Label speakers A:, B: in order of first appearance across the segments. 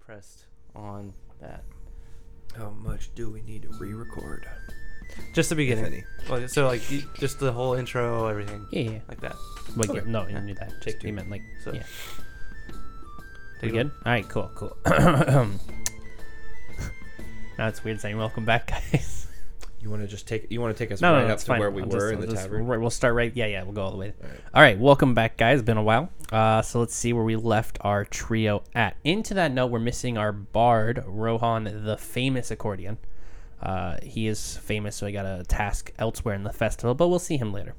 A: pressed on that.
B: How much do we need to re-record?
A: Just the beginning.
B: any.
A: Well, so like you- just the whole intro, everything.
C: Yeah, yeah.
A: Like that.
C: Like,
B: Okay.
C: no, you
A: Yeah.
C: knew that.
B: Just do
C: you
B: it.
C: meant like,
A: So
C: yeah. We
A: take it
C: good?
A: away.
C: All right, cool, cool. now it's weird saying welcome back, guys.
B: You want to just take you want to take us
C: No,
B: right
C: no, no,
B: up
C: it's
B: to
C: fine.
B: where we
C: I'm
B: were
C: just-
B: in the
C: I'm just-
B: tavern?
C: right, We'll start right. Yeah, yeah, we'll go all the way.
B: All right.
C: All right, welcome back, guys. Been a while. Uh, so let's see where we left our trio at. Into that note, we're missing our bard, Rohan, the famous accordion. Uh, he is famous, so I got a task elsewhere in the festival, but we'll see him later.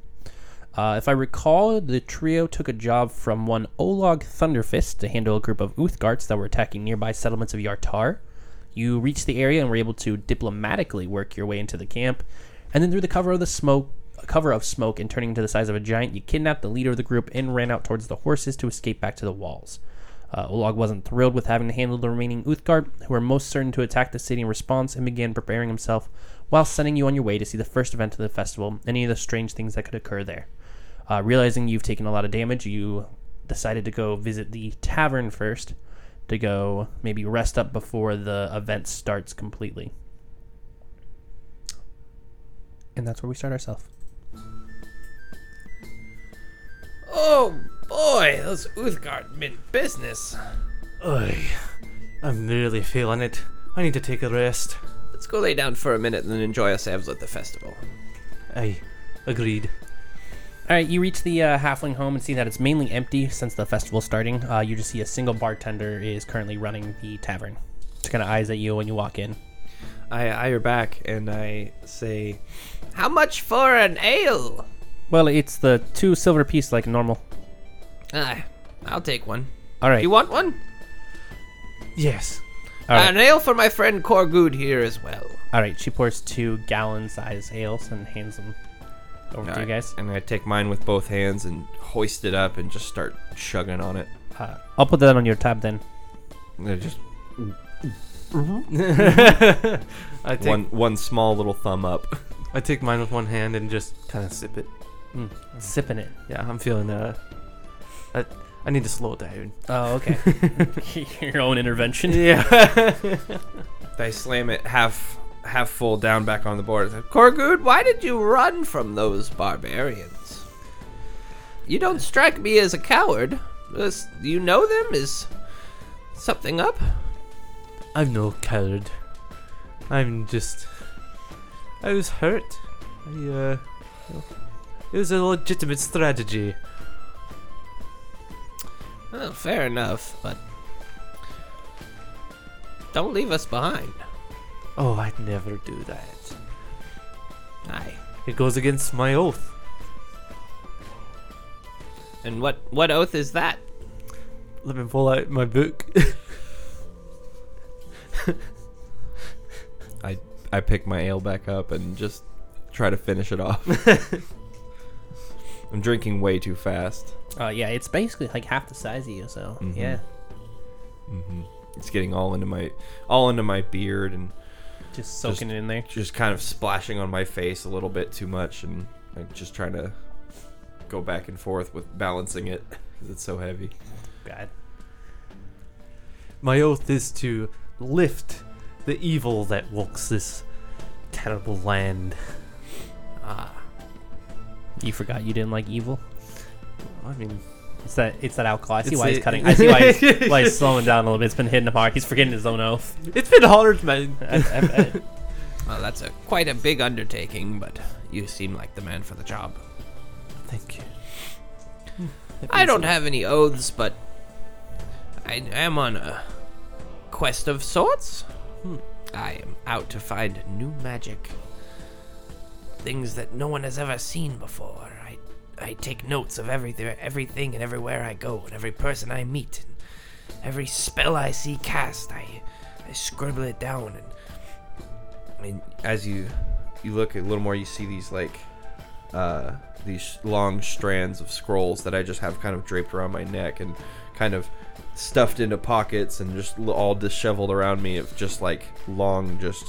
C: Uh, if I recall, the trio took a job from one Olog Thunderfist to handle a group of Uthgarts that were attacking nearby settlements of Yartar. You reached the area and were able to diplomatically work your way into the camp, and then through the cover of the smoke, cover of smoke, and turning to the size of a giant, you kidnapped the leader of the group and ran out towards the horses to escape back to the walls. Uh, Olog wasn't thrilled with having to handle the remaining Uthgard, who were most certain to attack the city in response, and began preparing himself while sending you on your way to see the first event of the festival and any of the strange things that could occur there. Uh, realizing you've taken a lot of damage, you decided to go visit the tavern first to go maybe rest up before the event starts completely. And that's where we start ourselves.
D: Oh boy, those Uthgard mid business.
A: Oy, I'm really feeling it. I need to take a rest.
D: Let's go lay down for a minute and enjoy ourselves at the festival.
A: I agreed.
C: All right, you reach the uh, halfling home and see that it's mainly empty since the festival's starting. Uh, you just see a single bartender is currently running the tavern. Just kind of eyes at you when you walk in.
B: I I are back and I say
D: How much for an ale?
C: Well, it's the two silver piece like normal.
D: Ah, I'll take one.
C: All right.
D: You want one?
A: Yes.
C: all right.
D: An ale for my friend Corgood here as well.
C: All right. She pours two gallon size ales and hands them over to you guys.
B: and I take mine with both hands and hoist it up and just start chugging on it.
C: Uh, I'll put that on your tab then.
B: And I just
A: I take
B: one one small little thumb up.
A: I take mine with one hand and just kind of sip it.
C: Sipping it.
A: Yeah, I'm feeling uh, I, I need to slow down.
C: Oh, okay. your own intervention.
A: Yeah.
B: I slam it half half full down back on the board.
D: Corgood, why did you run from those barbarians? You don't strike me as a coward. This- Do you know them? Is something up?
A: I'm no coward. I'm just. I was hurt. I, uh. you know, it was a legitimate strategy.
D: Well, fair enough, but don't leave us behind.
A: Oh, I'd never do that.
D: Aye.
A: It goes against my oath.
D: And what what oath is that?
A: Let me pull out my book.
B: I I pick my ale back up and just try to finish it off. I'm drinking way too fast.
C: Uh, yeah, it's basically like half the size of you. So
B: Mhm.
C: yeah,
B: hmm It's getting all into my all into my beard and
C: just soaking it in there.
B: just kind of splashing on my face a little bit too much and like just trying to go back and forth with balancing it because it's so heavy.
C: God.
A: my oath is to lift the evil that walks this terrible land.
D: Ah,
C: You forgot you didn't like evil.
A: I mean,
C: It's that it's that alcohol. I see
A: It's
C: why he's
A: the-
C: cutting. I see why he's, why he's slowing down a little bit. It's been hitting him hard. He's forgetting his own oath.
A: it's been hard, man.
C: I- I- I-
D: well, that's a quite a big undertaking, but you seem like the man for the job.
A: Thank you.
D: I don't have any oaths, but I am on a quest of sorts. Hmm. I am out to find new magic. Things that no one has ever seen before. I, I take notes of everything, everything and everywhere I go, and every person I meet, and every spell I see cast. I, I scribble it down, and
B: And as you you look a little more, you see these like uh, these long strands of scrolls that I just have kind of draped around my neck and kind of stuffed into pockets and just l- all disheveled around me of just like long just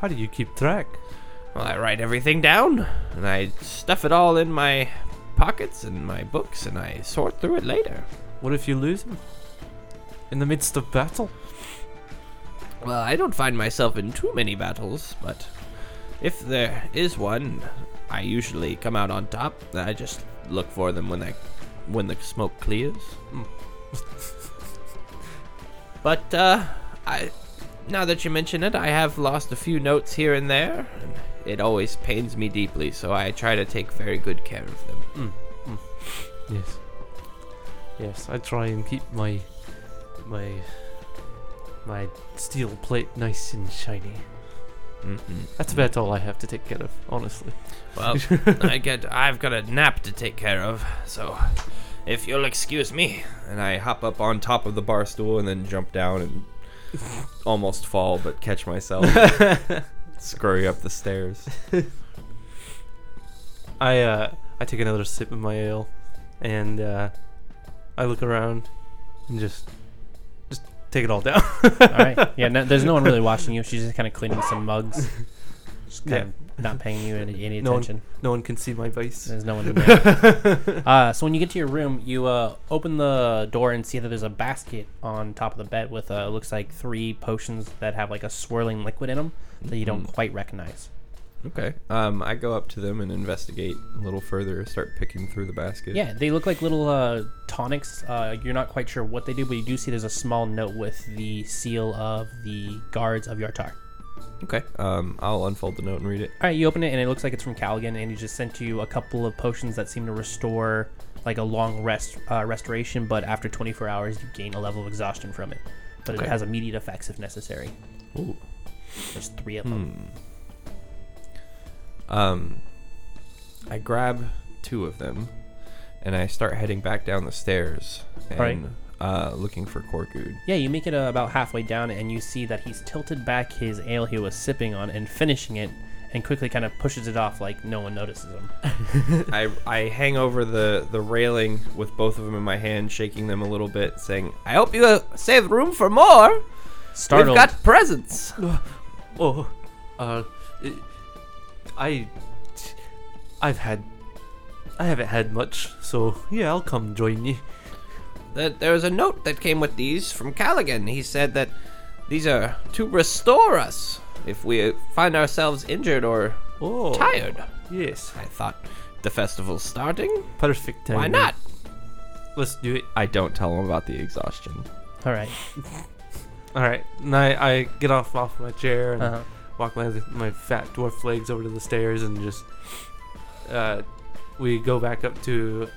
A: How do you keep track?
D: well, I write everything down, and I stuff it all in my pockets and my books, and I sort through it later.
A: What if you lose him? in the midst of battle?
D: Well, I don't find myself in too many battles, but if there is one, I usually come out on top. I just look for them when they, when the smoke clears. Mm. but uh, I, now that you mention it, I have lost a few notes here and there. And it always pains me deeply, so I try to take very good care of them.
A: Yes. Yes, I try and keep my my my steel plate nice and shiny.
B: Mm-mm.
A: That's about all I have to take care of, honestly.
D: Well, I get I've got a nap to take care of, so
B: If you'll excuse me. And I hop up on top of the bar stool and then jump down and almost fall, but catch myself. and scurry up the stairs.
A: I uh, I take another sip of my ale, and uh, I look around and just just take it all down.
C: All right. Yeah. No, there's no one really watching you. She's just kind of cleaning some mugs. Just kind of not paying you any, any
A: No one-
C: attention.
A: no one can see my vice.
C: There's no one in there. uh, so when you get to your room, you uh, open the door and see that there's a basket on top of the bed with uh, looks like three potions that have like a swirling liquid in them that you
A: Hmm.
C: don't quite recognize.
B: Okay. Um, I go up to them and investigate a little further. Start picking through the basket.
C: Yeah, they look like little uh, tonics. Uh, you're not quite sure what they do, but you do see there's a small note with the seal of the guards of Yartar.
B: Okay. Um, I'll unfold the note and read it.
C: All right, you open it and it looks like it's from Callaghan, and he just sent you a couple of potions that seem to restore like a long rest uh, restoration, but after 24 hours you gain a level of exhaustion from it. But it
B: Okay.
C: has immediate effects if necessary.
B: Ooh. Hmm.
C: There's three of them.
B: Um, I grab two of them, and I start heading back down the stairs and
C: Right.
B: uh, looking for Corgood.
C: Yeah, you make it uh, about halfway down, and you see that he's tilted back his ale he was sipping on and finishing it, and quickly kind of pushes it off like no one notices him.
B: I, I hang over the, the railing with both of them in my hand, shaking them a little bit, saying,
D: I hope you uh, save room for more.
C: Startled,
D: We've got presents.
A: Oh, uh, it, I, I've had, I haven't had much, so yeah, I'll come join you.
D: There there was a note that came with these from Callaghan. He said that these are to restore us if we find ourselves injured or
A: Oh,
D: tired.
A: yes,
D: I thought the festival's starting.
A: perfect time.
D: Why not?
A: Let's do it.
B: I don't tell them about the exhaustion. Uh,
C: all right.
A: All right, and I, I get off off my chair and
C: Uh-huh.
A: walk my my fat dwarf legs over to the stairs and just, uh, we go back up to.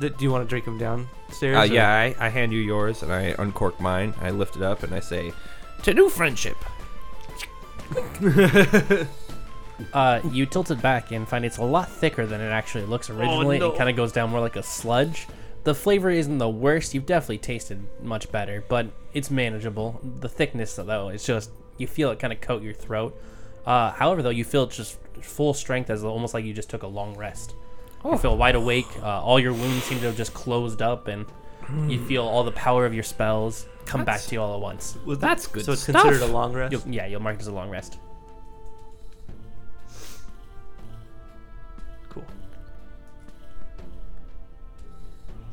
A: Th- do you want to drink them downstairs?
B: Uh,
A: or-
B: yeah, I, I hand you yours, and I uncork mine. I lift it up, and I say,
D: To new friendship.
C: Uh, you tilt it back and find it's a lot thicker than it actually looks originally.
A: no.
C: It kind of goes down more like a sludge. The flavor isn't the worst. You've definitely tasted much better, but it's manageable. The thickness, though, it's just you feel it kind of coat your throat. Uh, however, though, you feel it's just full strength as almost like you just took a long rest. You feel wide awake. Uh, all your wounds seem to have just closed up, and you feel all the power of your spells come back
D: That's-
C: to you all at once.
A: Well,
D: That's good
A: So it's
D: stuff.
A: considered a long rest.
C: You'll, yeah, you'll mark it as a long rest.
A: Cool.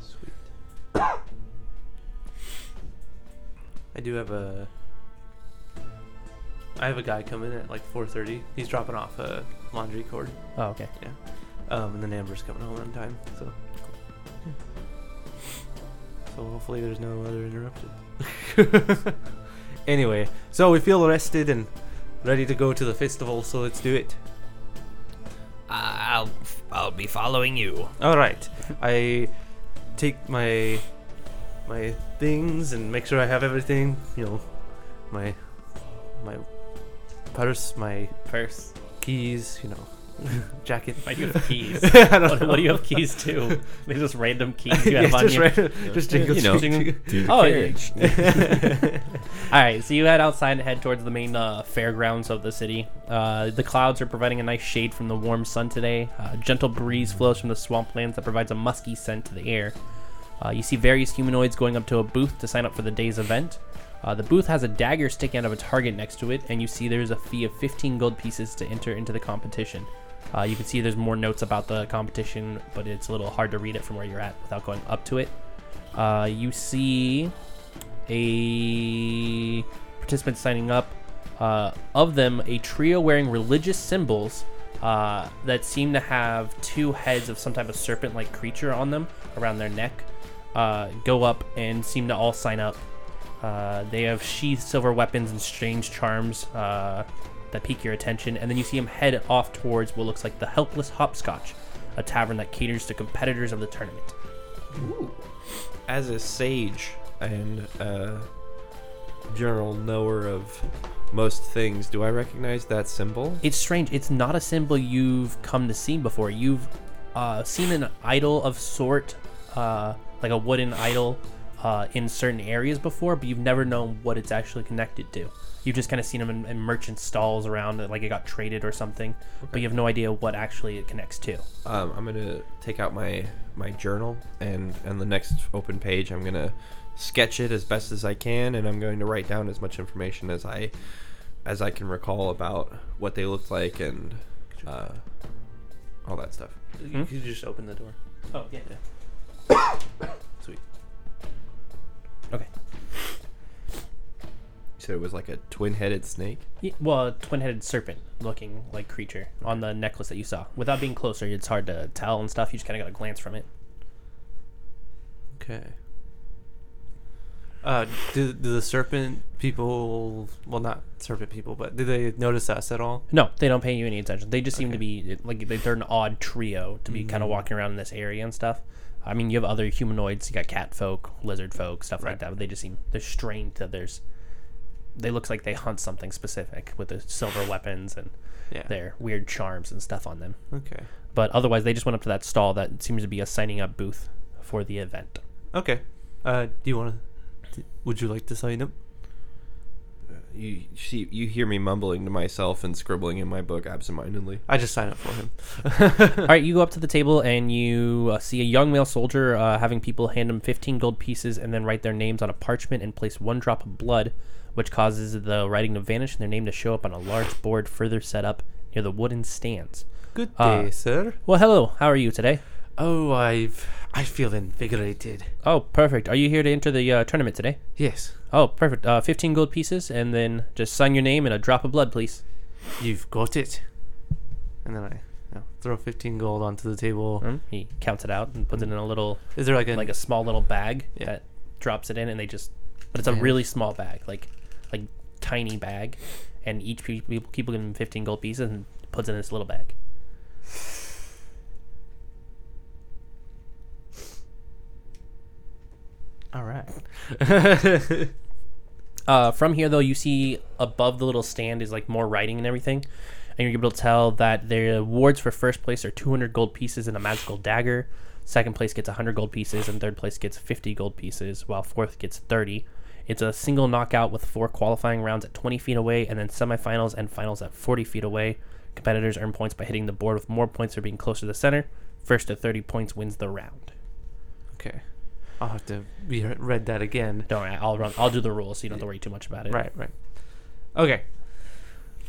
A: Sweet. I do have a. I have a guy come in at like 4:30. He's dropping off a laundry cord,
C: Oh, okay.
A: um, and then Amber's coming home on time. So, yeah. so hopefully there's no other interruptions. anyway, so we feel rested and ready to go to the festival. So let's do it.
D: I'll I'll be following you.
A: All right. I take my my things and make sure I have everything. You know, my my purse, my
C: Purse.
A: keys. You know, jacket.
C: I do have keys.
A: I don't
C: what,
A: know.
C: what do you have keys to? They're just random keys you
A: Yeah,
C: have on
A: just
C: you.
A: right, just jingle,
B: You know.
A: jingle.
C: Oh, yeah. all right. So you head outside and head towards the main uh, fairgrounds of the city. Uh, the clouds are providing a nice shade from the warm sun today. Uh, a gentle breeze flows from the swamplands that provides a musky scent to the air. Uh, you see various humanoids going up to a booth to sign up for the day's event. Uh, the booth has a dagger sticking out of a target next to it, and you see there's a fee of 15 gold pieces to enter into the competition. Uh, you can see there's more notes about the competition, but it's a little hard to read it from where you're at without going up to it. Uh, you see a participant signing up. Uh, of them, a trio wearing religious symbols uh, that seem to have two heads of some type of serpent-like creature on them around their neck uh, go up and seem to all sign up. Uh, they have sheathed silver weapons and strange charms uh, that pique your attention, and then you see them head off towards what looks like the Helpless Hopscotch, a tavern that caters to competitors of the tournament.
B: as a sage and a general knower of most things, do I recognize that symbol?
C: It's strange. It's not a symbol you've come to see before. You've uh, seen an idol of sort, uh, like a wooden idol, uh, in certain areas before, but you've never known what it's actually connected to. You've just kind of seen them in, in merchant stalls around, uh, like it got traded or something, but you have no idea what actually it connects to.
B: Um, I'm gonna take out my my journal and and the next open page, I'm gonna sketch it as best as I can, and I'm going to write down as much information as I as I can recall about what they looked like and uh, all that stuff.
A: You could just open the door.
C: Oh yeah.
A: Sweet.
C: Okay.
B: You said it was like a twin-headed snake.
C: Ye- Well, a twin-headed serpent-looking like creature on the necklace that you saw. Without being closer, it's hard to tell and stuff. You just kind of got a glance from it.
A: Okay. Uh, do, do the serpent people? Well, not serpent people, but do they notice us at all?
C: No, they don't pay you any attention. They just seem to be like they- they're an odd trio to be kind of walking around in this area and stuff. I mean, you have other humanoids. You got cat folk, lizard folk, stuff like that. But they just seem they're strange. That there's they looks like they hunt something specific with the silver weapons and
A: Yeah.
C: their weird charms and stuff on them.
A: Okay.
C: But otherwise, they just went up to that stall that seems to be a signing up booth for the event.
A: Okay. Uh, do you want to? Would you like to sign up?
B: You see, you hear me mumbling to myself and scribbling in my book absentmindedly.
A: I just sign up for him.
C: All right, you go up to the table and you uh, see a young male soldier uh, having people hand him 15 gold pieces and then write their names on a parchment and place one drop of blood, which causes the writing to vanish and their name to show up on a large board further set up near the wooden stands.
A: Good
C: Uh,
A: day, sir.
C: Well, hello. How are you today?
A: Oh, I've I feel invigorated.
C: Oh, perfect. Are you here to enter the uh, tournament today?
A: Yes,
C: Oh, perfect. Uh, 15 gold pieces and then just sign your name and a drop of blood, please.
A: you've got it. And then I you know, throw fifteen gold onto the table.
C: Mm, He counts it out and puts it in a little
A: Is there Hmm? like a
C: like a small little bag
A: Yeah.
C: that drops it in, and they just. But it's a
A: Yeah.
C: really small bag, like like tiny bag, and each pe- people keep giving them fifteen gold pieces and puts it in this little bag.
A: all right?
C: Uh, from here, though, you see above the little stand is like more writing and everything, and you're able to tell that the awards for first place are 200 gold pieces and a magical dagger. Second place gets 100 gold pieces, and third place gets 50 gold pieces, while fourth gets 30. It's a single knockout with four qualifying rounds at 20 feet away, and then semifinals and finals at 40 feet away. Competitors earn points by hitting the board with more points or being close to the center. First to 30 points wins the round.
A: Okay, I'll have to re- read that again.
C: Don't worry, I'll run. I'll do the rules, so you don't have to worry too much about it.
A: Right, right. Okay.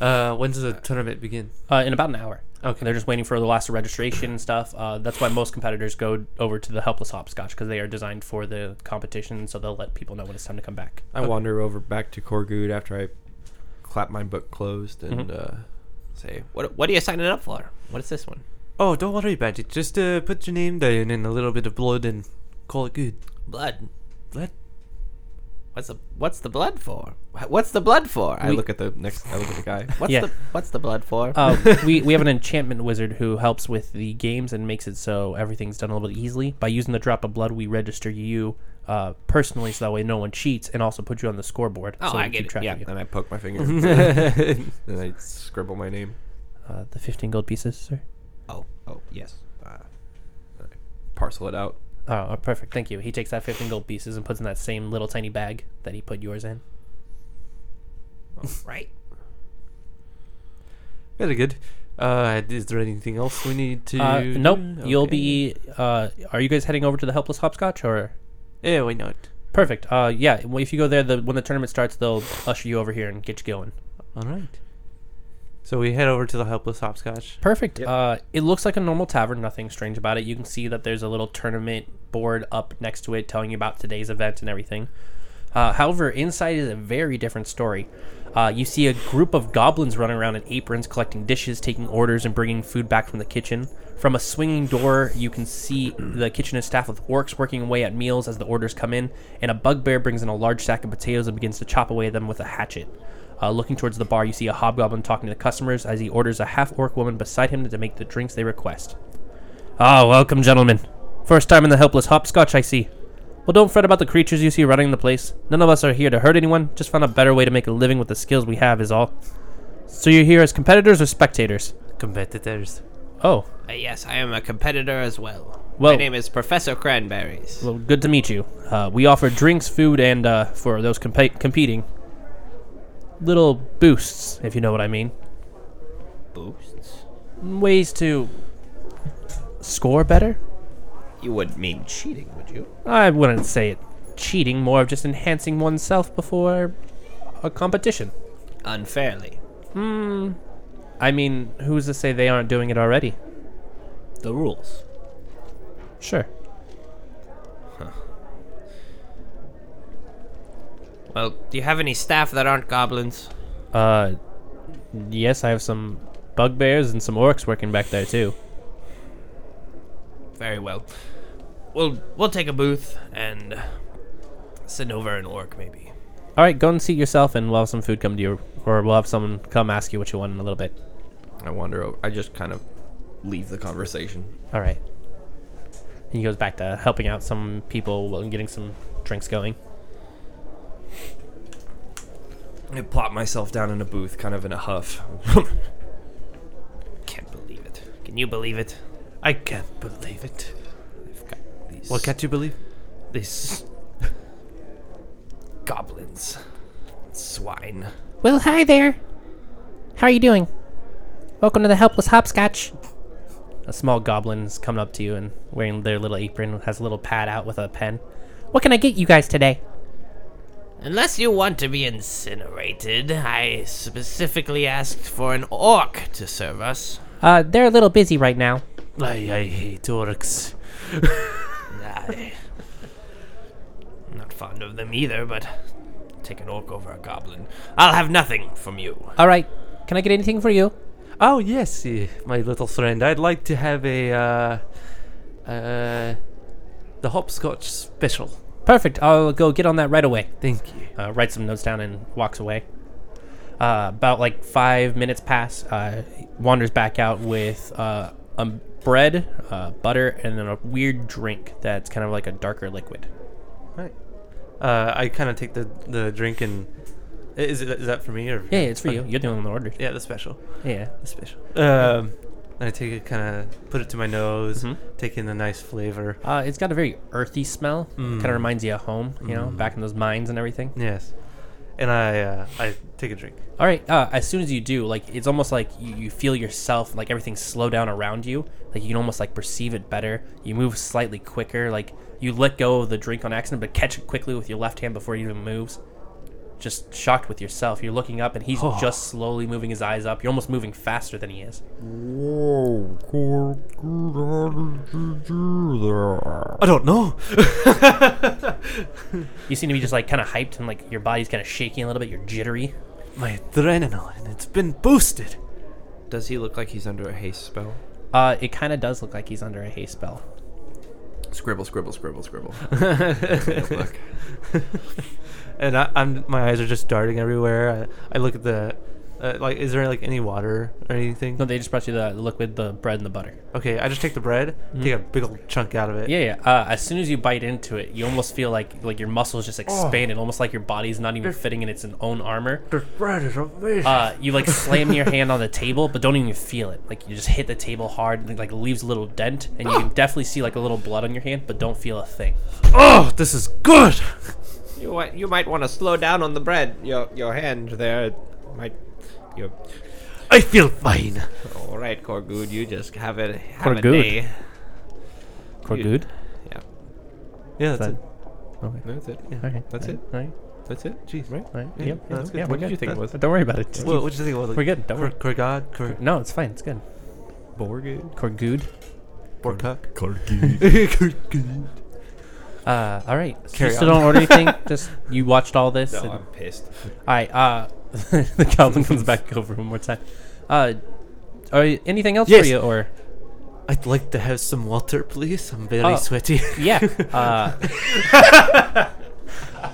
A: Uh, when does the tournament begin?
C: Uh, in about an hour.
A: Okay.
C: They're just waiting for the last registration and stuff. Uh, that's why most competitors go over to the Helpless Hopscotch because they are designed for the competition, so they'll let people know when it's time to come back.
B: I wander over back to Corgood after I clap my book closed and uh, say,
D: What, what are you signing up for? What is this one?
A: Oh, don't worry about it. Just uh, put your name down and a little bit of blood and call it good.
D: Blood.
A: Blood?
D: What's the What's the blood for? Wh- What's the blood for?
B: I look at the next. I look at the guy.
D: What's
C: Yeah.
D: the What's the blood for?
C: Uh, we, we have an enchantment wizard who helps with the games and makes it so everything's done a little bit easily. By using the drop of blood, we register you uh, personally so that way no one cheats and also put you on the scoreboard.
D: Oh,
C: so
D: I
C: we
D: get
C: keep
D: it.
C: track
D: Yeah.
C: of you.
B: And I poke my finger. and I scribble my name.
C: Uh, the 15 gold pieces, sir.
D: oh, oh, yes.
B: Uh, I parcel it out.
C: Oh, oh, perfect. Thank you. He takes that 15 gold pieces and puts in that same little tiny bag that he put yours in.
D: Right.
A: Very good. Uh, is there anything else we need to?
C: Uh, nope.
A: do?
C: You'll
A: Okay.
C: be. Uh, are you guys heading over to the Helpless Hopscotch or?
A: Yeah, why not?
C: Perfect. Uh, yeah. well, If you go there, the when the tournament starts, they'll usher you over here and get you going.
A: All right. So we head over to the helpless hopscotch.
C: Perfect. Uh, it looks like a normal tavern. Nothing strange about it. You can see that there's a little tournament board up next to it telling you about today's event and everything. Uh, however, inside is a very different story. Uh, you see a group of goblins running around in aprons, collecting dishes, taking orders, and bringing food back from the kitchen. From a swinging door, you can see the kitchen is staffed with orcs working away at meals as the orders come in, and a bugbear brings in a large sack of potatoes and begins to chop away at them with a hatchet. Uh, looking towards the bar, you see a hobgoblin talking to the customers as he orders a half orc woman beside him to make the drinks they request. Ah, welcome, gentlemen. First time in the helpless hopscotch, I see. Well, don't fret about the creatures you see running the place. None of us are here to hurt anyone, just found a better way to make a living with the skills we have, is all. So you're here as competitors or spectators?
A: Competitors.
C: Oh,
D: Uh, yes, I am a competitor as well.
C: Well-
D: My name is Professor Cranberries.
C: well, good to meet you. Uh, we offer drinks, food, and, uh, for those compa- competing, little boosts, if you know what I mean.
D: Boosts?
C: Ways to score better?
D: You would mean cheating, would you?
C: I wouldn't say it cheating, more of just enhancing oneself before a competition.
D: Unfairly.
C: I mean, who's to say they aren't doing it already?
D: The rules.
C: Sure.
D: Well, do you have any staff that aren't goblins?
C: Uh, yes, I have some bugbears and some orcs working back there too.
D: Very well. We'll we'll take a booth and send over an orc, maybe.
C: All right, go and seat yourself, and we'll have some food come to you, or we'll have someone come ask you what you want in a little bit.
B: I wander over. I just kind of leave the conversation.
C: All right. And he goes back to helping out some people and getting some drinks going.
B: I plop myself down in a booth, kind of in a huff.
D: Can't believe it. Can you believe it?
A: I can't believe it.
D: I've got these
A: What can't you believe?
D: these goblins. Swine.
C: Well, hi there. How are you doing? Welcome to the Helpless Hopscotch. A small goblin's coming up to you and wearing their little apron, has a little pad out with a pen. What can I get you guys today?
D: Unless you want to be incinerated, I specifically asked for an orc to serve us.
C: Uh, they're a little busy right now.
A: I, I hate orcs.
D: I, am not fond of them either, but take an orc over a goblin. I'll have nothing from you.
C: All right. Can I get anything for you?
A: Oh yes, eh, my little friend. I'd like to have a uh, uh, the hopscotch special.
C: Perfect. I'll go get on that right away.
A: Thank you.
C: Uh, writes some notes down and walks away. Uh, about like five minutes pass, uh, he wanders back out with uh, um, bread, uh, butter, and then a weird drink that's kind of like a darker liquid.
A: Right. Uh, I kind of take the the drink and i- is it is that for me or
C: Yeah, yeah, it's for you. You're the only one that ordered.
A: Yeah, the special,
C: Yeah.
A: the special. Um, and I take it, kind of put it to my nose,
C: Mhm.
B: Mm-hmm.
A: take in the nice flavor.
C: Uh, it's got a very earthy smell.
A: Mm.
C: Kind of reminds you of home, you know,
A: Mm.
C: back in those mines and everything.
A: Yes, and I uh, I take a drink.
C: All right. Uh, as soon as you do, like it's almost like you, you feel yourself, like everything slow down around you. Like you can almost like perceive it better. You move slightly quicker. Like you let go of the drink on accident, but catch it quickly with your left hand before it even moves. Just shocked with yourself. You're looking up, and he's
A: Oh.
C: just slowly moving his eyes up. You're almost moving faster than he is.
A: I don't know.
C: You seem to be just like kind of hyped, and like your body's kind of shaking a little bit. You're jittery.
A: My adrenaline, it's been boosted.
B: Does he look like he's under a haste spell?
C: Uh, it kind of does look like he's under a haste spell.
B: Scribble, scribble, scribble, scribble.
A: look. and I, I'm my eyes are just darting everywhere. I, I look at the uh, like. Is there like any water or anything?
C: No, they just brought you the liquid, the bread, and the butter.
A: Okay, I just take the bread, take a big old chunk out of it.
C: Mm-hmm. Yeah, yeah. Uh, as soon as you bite into it, you almost feel like like your muscles just expanded, almost like your body's not even fitting in its own armor.
A: The bread is amazing.
C: Uh, you like slam your hand on the table, but don't even feel it. Like you just hit the table hard, and it, like leaves a little dent, and you can definitely see like a little blood on your hand, but don't feel a thing.
A: oh, this is good.
B: You might, you might want to slow down on the bread. Your your hand there might. You
A: I feel fine.
B: all right, Corgood? You just have it.
C: a Corgood? day.
B: Corgood? Yeah,
A: Yeah, that's it.
C: Okay.
B: that's it.
C: Okay.
B: That's it.
C: All right.
B: That's it.
A: Jeez,
B: Right.
C: All right.
A: Yeah,
C: Yep.
A: no, that's good.
C: Yeah,
A: What
C: we're
A: did you think it
C: good.
A: was?
C: Don't worry about it. Just
A: Well, what do you think? Well, like,
C: We're good, don't
A: Cor-
C: worry.
A: Korgad, Kor-
C: keep- No, it's fine. It's good.
B: Borgood.
C: Corgood.
A: Borkuk.
B: Corgood.
A: Korgad.
C: Uh, all right. So
A: Carry
C: you still
A: on.
C: don't order anything. Just you watched all this. and-
B: No, I'm pissed.
C: all right. Uh, the goblin comes back over one more time. Uh, are you, anything else
A: Yes.
C: for you or?
A: I'd like to have some water, please. I'm very
C: Oh.
A: sweaty.
C: Yeah. Uh,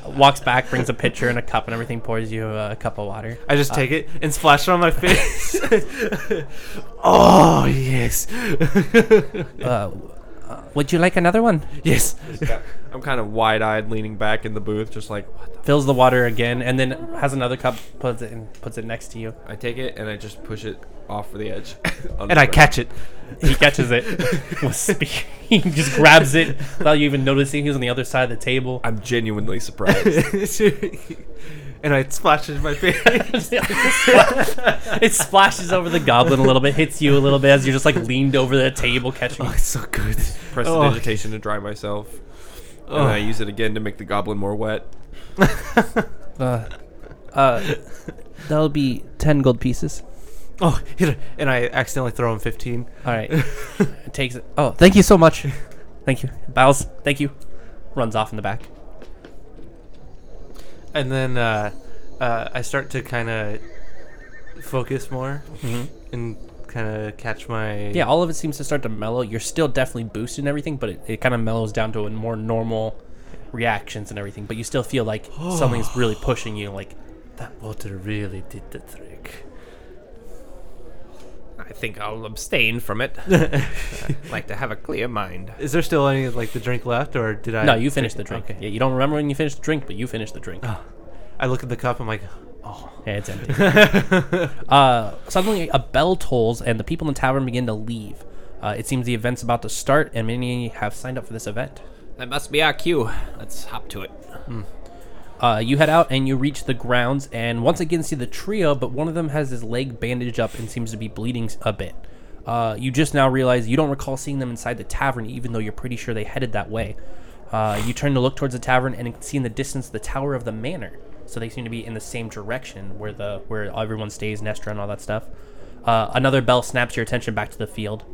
C: walks back, brings a pitcher and a cup and everything, pours you a cup of water.
A: I just take it and splash it on my face. oh yes,
C: Uh, uh, would you like another one?
A: yes.
B: I'm kind of wide-eyed, leaning back in the booth, just like what the.
C: Fills the water again, and then has another cup, puts it in, puts it next to you.
B: I take it and I just push it off the edge,
A: And I catch it.
C: He catches it with speed. He just grabs it without you even noticing. He's on the other side of the table.
B: I'm genuinely surprised.
A: and I splash it in my face.
C: it splashes over the goblin a little bit, hits you a little bit as you're just like leaned over the table catching.
A: Oh, it's so good.
B: Press the
A: Oh.
B: digitation to dry myself,
A: Oh.
B: and I use it again to make the goblin more wet.
C: Uh, uh, that'll be ten gold pieces.
A: Oh, here. And I accidentally throw him 15.
C: All right, takes it. Oh, thank you so much. Thank you, bows. Thank you. Runs off in the back.
A: And then uh, uh, I start to kind of focus more
D: Mm-hmm.
A: and kind of catch my.
C: Yeah, all of it seems to start to mellow. You're still definitely boosting everything, but it, it kind of mellows down to a more normal reactions and everything. But you still feel like something's really pushing you. Like,
A: That water really did the trick.
D: I think I'll abstain from it. I'd like to have a clear mind.
A: Is there still any, like, the drink left, or did I.
C: no, you finished the drink.
A: Okay.
C: Yeah, you don't remember when you finished the drink, but you finished the drink.
A: I look at the cup, I'm like,
C: Yeah, it's empty. uh, suddenly, a bell tolls, and the people in the tavern begin to leave. Uh, it seems the event's about to start, and many have signed up for this event.
D: That must be our cue. Let's hop to it.
C: Uh, you head out and you reach the grounds, and once again see the trio, but one of them has his leg bandaged up and seems to be bleeding s- a bit. Uh, you just now realize you don't recall seeing them inside the tavern, even though you're pretty sure they headed that way. Uh, you turn to look towards the tavern and can see in the distance the tower of the manor. So they seem to be in the same direction where the where everyone stays, Nestra and all that stuff. Uh, another bell snaps your attention back to the field.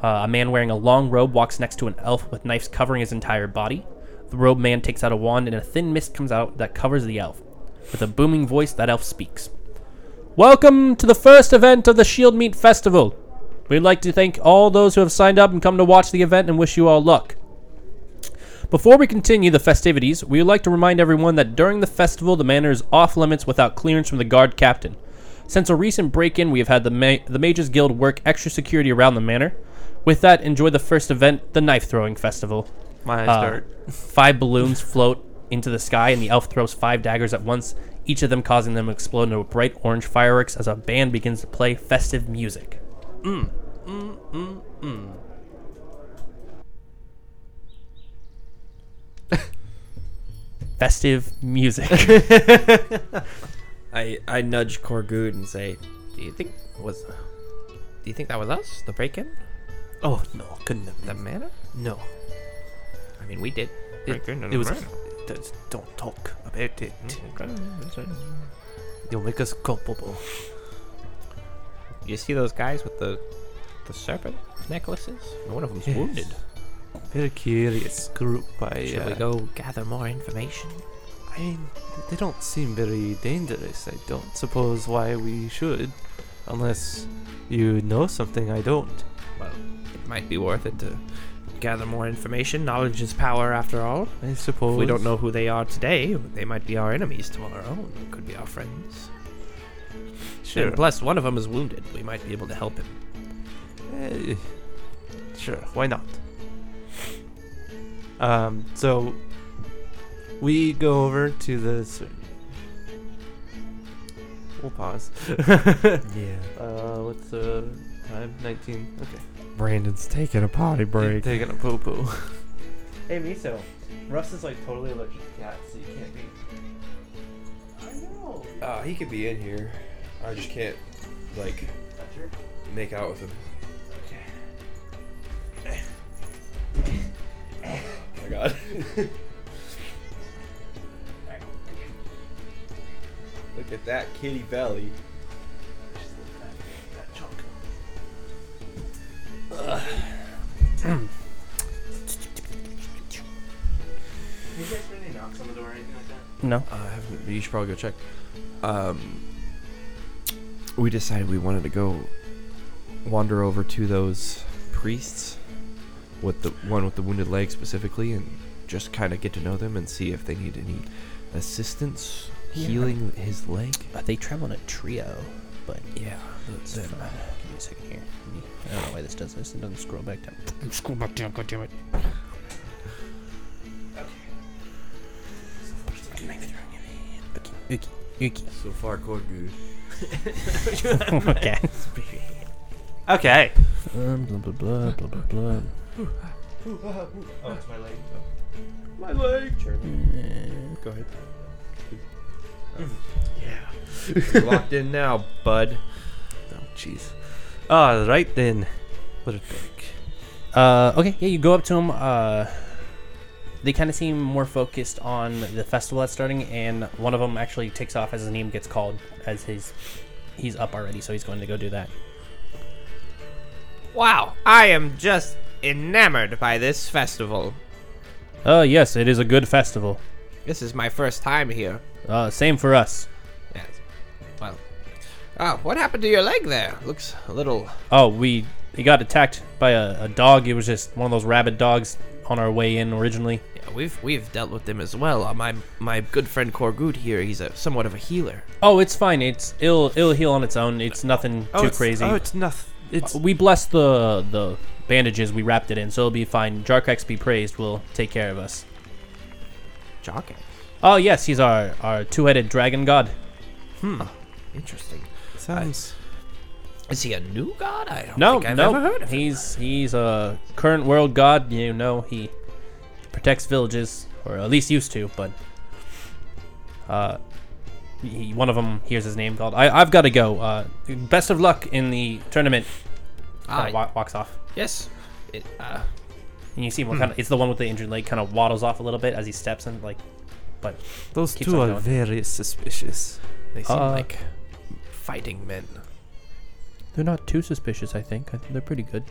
C: Uh, a man wearing a long robe walks next to an elf with knives covering his entire body. The robe man takes out a wand, and a thin mist comes out that covers the elf. With a booming voice, that elf speaks Welcome to the first event of the Shield Meat Festival. We'd like to thank all those who have signed up and come to watch the event and wish you all luck. Before we continue the festivities, we would like to remind everyone that during the festival, the manor is off limits without clearance from the guard captain. Since a recent break in, we have had the, ma- the Mages Guild work extra security around the manor. With that, enjoy the first event, the Knife Throwing Festival.
A: my eyes
C: Uh,
A: start.
C: five balloons float into the sky, and the elf throws five daggers at once, each of them causing them to explode into bright orange fireworks as a band begins to play festive music. festive music.
D: I I nudge Corgood and say, "Do you think was? Do you think that was us? The break-in?
A: Oh, no, couldn't have
D: The
A: been.
D: manor?
A: No.
D: I mean, we did.
A: It, it was. that's- Don't talk about it. You'll make us culpable.
D: You see those guys with the the serpent necklaces? One of them's
A: Yes.
D: wounded.
A: Very curious group. I,
D: Should we
A: uh,
D: go gather more information?
A: I mean, they don't seem very dangerous. I don't suppose why we should, unless you know something I don't.
D: Well, it might be worth it to gather more information. Knowledge is power, after all.
A: I suppose
D: If we don't know who they are today, they might be our enemies tomorrow. and They could be our friends.
A: Sure.
D: And plus, one of them is wounded. We might be able to help him.
A: Eh, sure, why not? Um, so we go over to the. cer- We'll pause.
E: Yeah.
A: Uh, what's the time? 19. Okay.
E: Brandon's taking a potty break.
A: Taking a poo poo. hey, Miso. Russ is like totally allergic to cats, so you can't be.
B: Uh, he could be in here. I just can't like make out with him. Oh my god. Look at that kitty belly.
C: No.
B: Uh, I haven't- you should probably go check. Um, we decided we wanted to go wander over to those priests, with the one with the wounded leg specifically, and just kind of get to know them and see if they need any assistance
C: Yeah.
B: healing his leg.
C: Uh, they travel in a trio.
B: Yeah.
C: It's fine. Give me a second here. Let me- I don't know why this does this. It doesn't scroll back down.
E: Scroll back down, goddammit.
B: So far, quite good.
C: okay.
A: Okay.
C: blah, blah, blah, blah, blah, blah.
A: Oh, it's my leg.
B: My leg.
C: Uh,
B: Go ahead.
A: Yeah.
B: You're locked in now, bud.
A: Oh, jeez. All right then. Put it back.
C: Uh, okay, yeah, you go up to them. Uh, they kind of seem more focused on the festival that's starting, and one of them actually takes off as his name gets called, as his he's up already, so he's going to go do that.
D: Wow, I am just enamored by this festival.
C: Oh yes, it is a good festival.
D: This is my first time here.
C: Uh, same for us.
D: Yes. Well. Ah, what happened to your leg there? Looks a little.
C: Oh, we he got attacked by a, a dog. It was just one of those rabid dogs on our way in originally.
D: Yeah, we've we've dealt with them as well. Uh, my my good friend Corgood here, he's a somewhat of a healer.
C: Oh, it's fine. It's it'll it'll heal on its own. It's nothing too
A: it's,
C: crazy.
A: Oh, it's nothing. It's
C: we blessed the the bandages. We wrapped it in, so it'll be fine. Jarkrex be praised. will take care of us.
D: Jockey.
C: Oh yes, he's our our two-headed dragon god.
D: Interesting.
A: sounds.
D: Is he a new god? I don't
C: No,
D: think I've
C: no,
D: ever heard of him.
C: he's he's a current world god. You know he protects villages, or at least used to. But uh, he, one of them hears his name called. I I've got to go. Uh, best of luck in the tournament.
D: Ah,
C: Kinda wa- walks off.
D: yes. It, uh,
C: And you see him kind of it's the one with the injured leg kind of waddles off a little bit as he steps and like
A: Those
C: keeps
A: two
C: on
A: are
C: going.
A: very suspicious.
D: they seem
C: Uh,
D: like fighting men.
C: They're not too suspicious, I think. I think they're pretty good.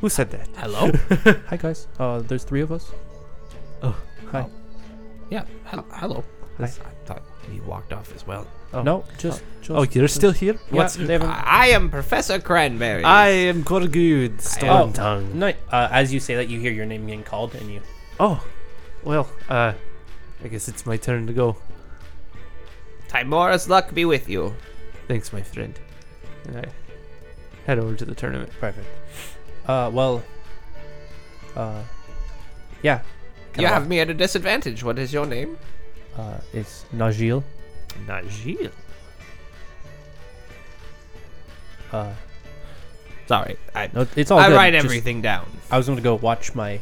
A: Who said that?
D: Hello.
C: Hi guys. Uh, there's three of us.
A: Oh.
C: hi.
D: yeah. hel- hello.
A: Hi.
D: I thought he walked off as well.
A: Oh.
C: No, just, just
A: Oh, you're still here? What's
C: yeah, they haven't-
D: I I am Professor Cranberry.
A: I am Gorgood,
C: Oh.
A: Storm Tongue.
C: No, uh, as you say that, you hear your name getting called, and you.
A: Oh, well, uh, I guess it's my turn to go.
D: Timora's luck be with you.
A: Thanks, my friend. And I head over to the tournament.
C: Perfect. Uh, well. Uh, yeah.
D: you have me at a disadvantage. What is your name?
C: Uh, it's Najil.
D: Najil.
C: Uh,
D: Sorry, I,
C: no, it's all
D: I
C: good.
D: write
C: just-
D: everything down.
C: I was going to go watch my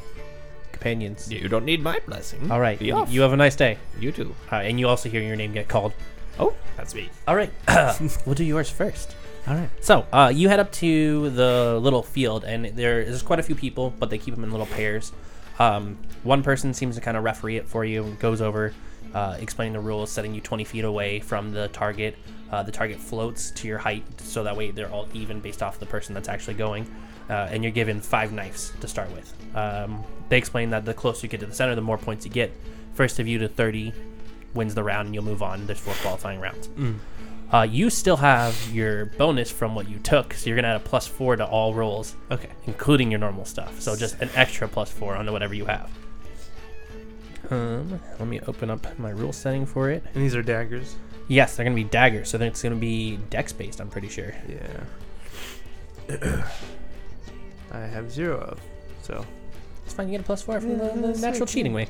C: companions.
D: You don't need my blessing.
C: All right.
D: Be
C: You,
D: off.
C: you have a nice day.
D: You too.
C: All right, and you also hear your name get called.
D: Oh, that's me.
C: All right. we'll do yours first.
A: All right.
C: So, uh, you head up to the little field, and there- there's quite a few people, but they keep them in little pairs. Um, one person seems to kind of referee it for you, goes over, uh, explaining the rules, setting you 20 feet away from the target. Uh, the target floats to your height, so that way they're all even based off the person that's actually going. Uh, and you're given five knives to start with. Um, they explain that the closer you get to the center, the more points you get. First of you to 30 wins the round, and you'll move on. There's four qualifying rounds. Uh, you still have your bonus from what you took, so you're gonna add a plus four to all rolls,
A: Okay.
C: including your normal stuff. So just an extra plus four on whatever you have. Um, let me open up my rule setting for it.
A: And these are daggers.
C: Yes, they're gonna be daggers, so then it's gonna be dex based. I'm pretty sure.
A: Yeah. I have zero of. So.
C: It's fine. You get a plus four from the, the natural cheating way.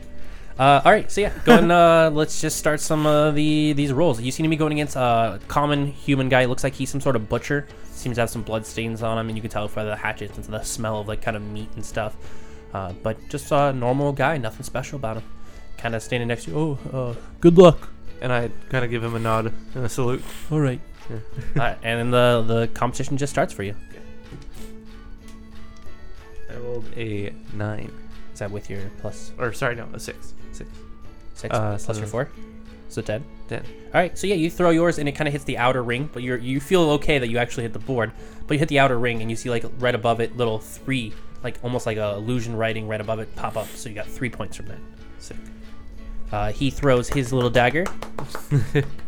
C: Uh, all right, so yeah, go and uh, let's just start some of the these rolls. You seem to be going against a common human guy. Looks like he's some sort of butcher. Seems to have some blood stains on him, and you can tell by the hatchets and the smell of like kind of meat and stuff. Uh, but just a normal guy, nothing special about him. Kind of standing next to you. Oh, uh, good luck.
A: And I kind of give him a nod and a salute.
C: All right.
A: Yeah.
C: uh, and then the the competition just starts for you.
A: I rolled a nine.
C: Is that with your plus
A: Or, sorry, no, a six. Six.
C: Six
A: Uh,
C: plus your
A: so-
C: four, so ten.
A: 10.
C: All right, so yeah, you throw yours and it kind of hits the outer ring, but you you feel okay that you actually hit the board, but you hit the outer ring and you see like right above it little three, like almost like a illusion writing right above it pop up. So you got three points from that.
A: Sick.
C: Uh, he throws his little dagger,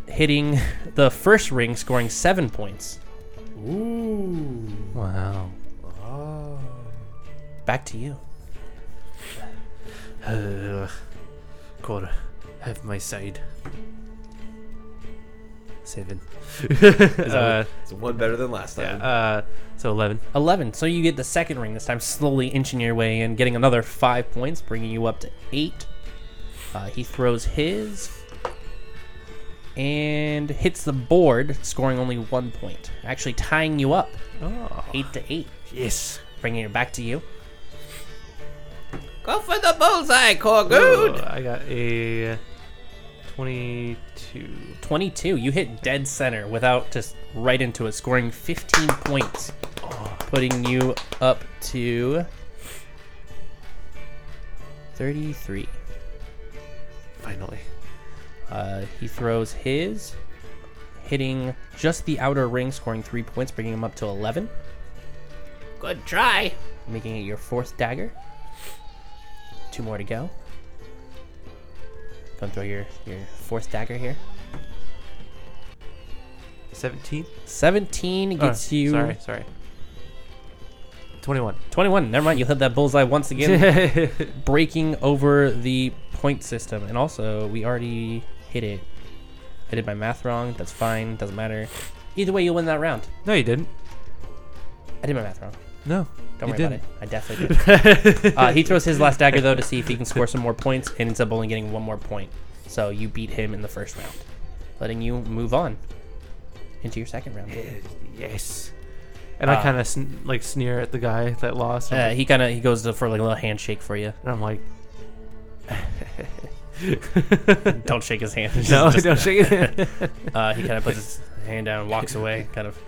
C: hitting the first ring, scoring seven points.
B: Ooh.
C: Wow. Back to you.
A: Uh, Cora, have my side. Seven. uh,
B: It's one better than last
A: yeah,
B: time.
A: uh, so eleven.
C: 11. So you get the second ring this time, slowly inching your way in, getting another five points, bringing you up to eight. Uh, he throws his and hits the board, scoring only one point, actually tying you up
A: Oh,
C: eight to eight,
A: yes.
C: bringing it back to you.
D: Go for the bullseye,
A: Good.
D: Corgood!
A: I got a twenty-two.
C: 22. You hit dead center without just right into it, scoring 15 points, putting you up to 33.
A: Finally.
C: Uh, he throws his, hitting just the outer ring, scoring three points, bringing him up to 11,
D: Good try.
C: making it your fourth dagger. Two more to go. Gonna throw your, your fourth dagger here.
A: Seventeen.
C: 17
A: Oh,
C: gets you.
A: Sorry, sorry. Twenty-one.
C: 21. Never mind. You hit that bullseye once again, breaking over the point system. And also, we already hit it. I did my math wrong. That's fine. Doesn't matter. Either way, you'll win that round.
A: no, you didn't.
C: I did my math wrong.
A: No.
C: Don't
A: You
C: worry
A: didn't.
C: about it. I definitely did. uh, he throws his last dagger though to see if he can score some more points, and ends up only getting one more point. So you beat him in the first round, letting you move on into your second round.
A: Eh, Yes. And
C: Uh,
A: I kind of sn- like sneer at the guy that lost. I'm
C: Uh,
A: like-
C: he kind of he goes to, for like a little handshake for you.
A: and I'm like,
C: Don't shake his hand.
A: no,
C: Just-
A: don't shake it.
C: uh, he kind of puts his hand down and walks away. Kind of.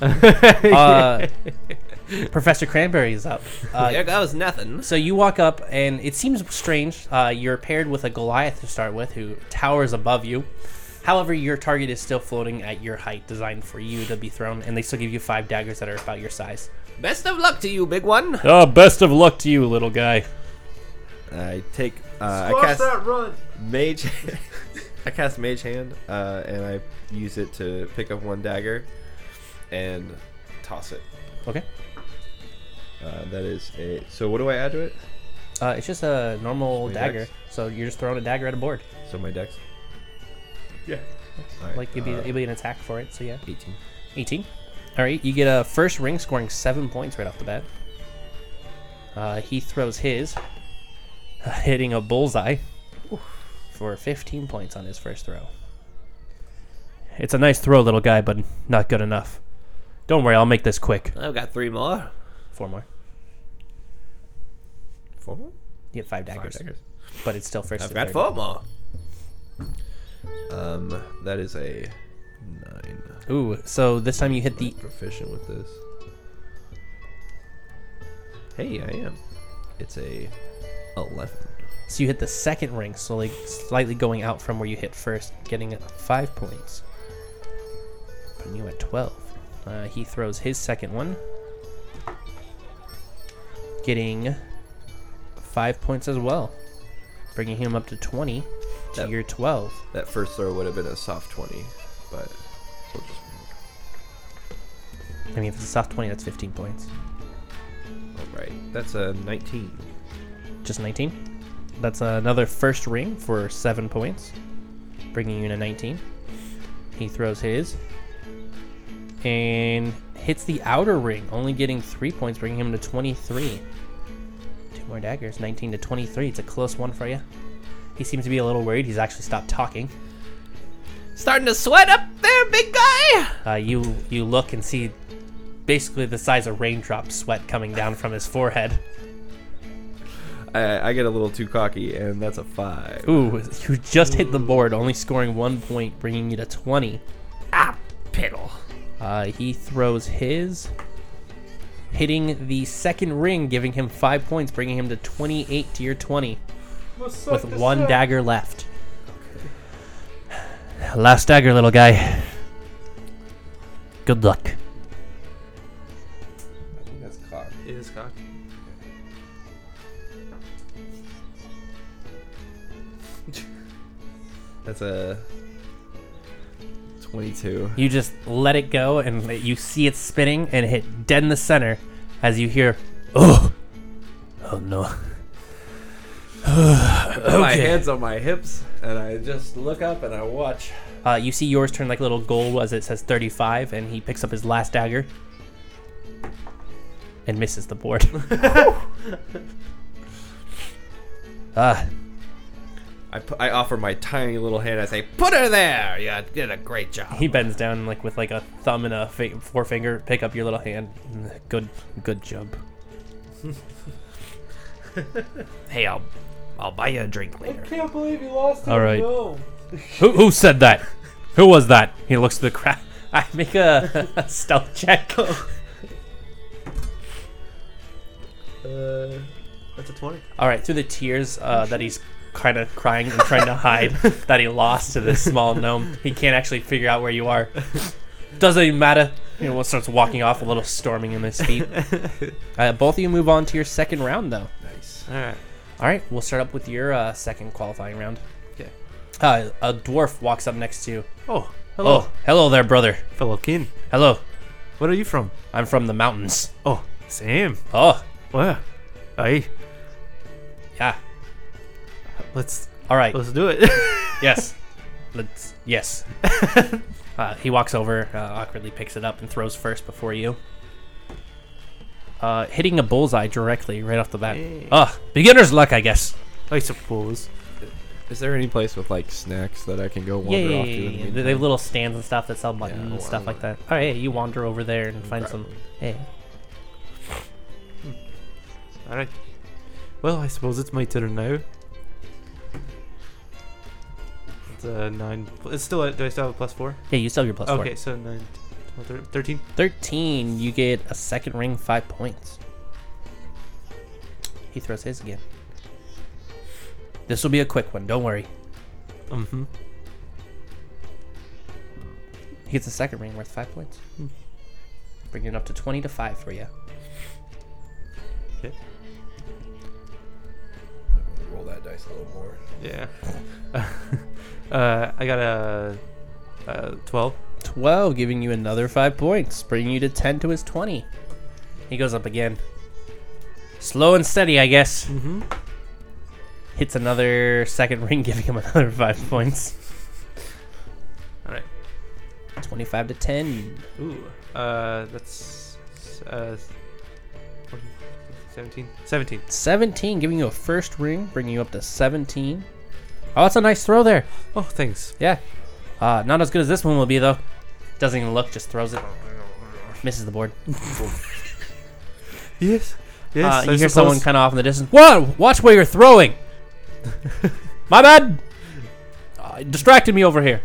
C: Uh,
A: uh,
C: Professor Cranberry is up. Uh,
D: there goes nothing.
C: So you walk up, and it seems strange. Uh, you're paired with a Goliath to start with, who towers above you. However, your target is still floating at your height, designed for you to be thrown, and they still give you five daggers that are about your size.
D: Best of luck to you, big one.
C: Oh, best of luck to you, little guy.
B: I take. Uh, I cast mage. I cast mage hand, uh, and I use it to pick up one dagger, and toss it.
C: Okay.
B: Uh, that is a. So what do I add to it?
C: Uh, it's just a normal
B: Three
C: dagger,
B: dags?
C: so you're just throwing a dagger at a board.
B: So my dex. uh, Yeah.
C: Like you'd be, it'd be an attack for it. So yeah,
B: 18.
C: 18. All right, you get a first ring, scoring seven points right off the bat. Uh, he throws his, hitting a bullseye for 15 points on his first throw. It's a nice throw, little guy, but not good enough. Don't worry, I'll make this quick.
D: I've got three more.
C: Four more.
B: Four more?
C: You get five
B: Five
C: daggers,
B: daggers.
C: but it's still 1st
D: I've got four more.
B: Um, that is a nine.
C: Ooh, so this time you hit the.
B: Proficient with this. Hey, I am. It's a eleven.
C: So you hit the second ring, slowly, slightly going out from where you hit first, getting five points. Putting you at 12. Uh, he throws his second one, getting five points as well, bringing him up to 20 to
B: That-
C: your 12.
B: That first throw would have been a soft twenty, but we'll just.
C: I mean, if it's a soft 20, that's 15 points.
B: All right. That's a nineteen.
C: Just 19. That's another first ring for seven points, bringing you to 19. He throws his and hits the outer ring, only getting three points, bringing him to 23. Two more daggers, 19 to 23. It's a close one for you. He seems to be a little worried. He's actually stopped talking.
D: Starting to sweat up there, big guy.
C: Uh, you you look and see basically the size of raindrop sweat coming down from his forehead.
B: I, I get a little too cocky, and that's a five.
C: Ooh, you just hit the board, only scoring one point, bringing you to 20.
D: Ah, piddle.
C: Uh, he throws his, hitting the second ring, giving him five points, bringing him to 28 to your 20, with one dagger left. Last dagger, little guy. Good luck.
B: I think that's cock.
A: it is cocked.
B: That's a 22.
C: You just let it go, and let- you see it spinning and hit dead in the center as you hear, oh, oh no.
B: I put My
C: Okay.
B: hands on my hips, and I just look up and I watch.
C: Uh, you see yours turn like a little gold as it says 35, and he picks up his last dagger and misses the board. Ah,
B: I, pu- I offer my tiny little hand. I say, "Put her there. You did a great job."
C: he bends down like with like a thumb and a fa- forefinger, pick up your little hand. Good, good job.
D: Hey, I'll I'll buy you a drink later.
A: can't believe you lost.
C: All right. Who, who said that? Who was that? He looks to the crowd. I make a, a stealth check.
A: Oh. Uh, that's a twenty.
C: All right, through the tears uh, that he's kind of crying and trying to hide that he lost to this small gnome, he can't actually figure out where you are. Doesn't even matter. He almost starts walking off, a little storming in his feet. Uh, both of you move on to your second round, though.
B: Nice.
A: All right.
C: All right, we'll start up with your uh, second qualifying round.
A: Okay.
C: Uh, a dwarf walks up next to you.
A: Oh, hello,
C: Oh, hello there, brother.
A: fellow kin.
C: Hello.
A: Where are you from?
C: I'm from the mountains.
A: Oh, Sam.
C: Oh,
A: Wow. Aye.
C: yeah.
A: Let's
C: All right.
A: let's do it.
C: yes. Let's. Yes. uh, he walks over, uh, awkwardly picks it up, and throws first before you. Uh, hitting a bullseye directly right off the bat.
A: Hey.
C: Ah, beginner's luck, I guess.
A: I suppose.
B: Is there any place with like snacks that I can go
C: Yeah,
B: wander
C: yeah,
B: off
C: yeah,
B: to? in
C: yeah, yeah.
B: the
C: They-
B: meantime?
C: They have little stands and stuff that sell buttons
B: I'll-
C: and stuff
B: I'll-
C: like that. All right, you wander over there and find
B: Grab
C: some.
B: one.
C: Hey,
A: All right. Well, I suppose it's my turn now. It's uh, nine. It's still. A, do I still have a plus four?
C: yeah, you sell your plus
A: okay,
C: four.
A: so nine, 12, thir- thirteen.
C: Thirteen. You get a second ring, five points. He throws his again. This will be a quick one. Don't worry.
A: Mm-hmm.
C: He gets a second ring worth five points. Bringing it up to 20 to 5 for you.
B: Roll that dice a little more.
A: Yeah. uh, I got a, uh twelve.
C: 12, giving you another 5 points. Bringing you to 10 to his 20. He goes up again. Slow and steady, I guess.
A: Mm-hmm.
C: Hits another second ring, giving him another 5 points.
A: All right.
C: 25 to 10.
A: Ooh. Uh, that's uh, 14, 17. 17.
C: 17, giving you a first ring, bringing you up to 17. Oh, that's a nice throw there.
A: Oh, thanks.
C: Yeah. Uh, not as good as this one will be, though. Doesn't even look, just throws it. Misses the board.
A: Yes. Yes.
C: uh, you
A: I
C: hear
A: suppose.
C: someone kind of off in the distance. Whoa! Watch where you're throwing. My bad. Uh, it distracted me over here.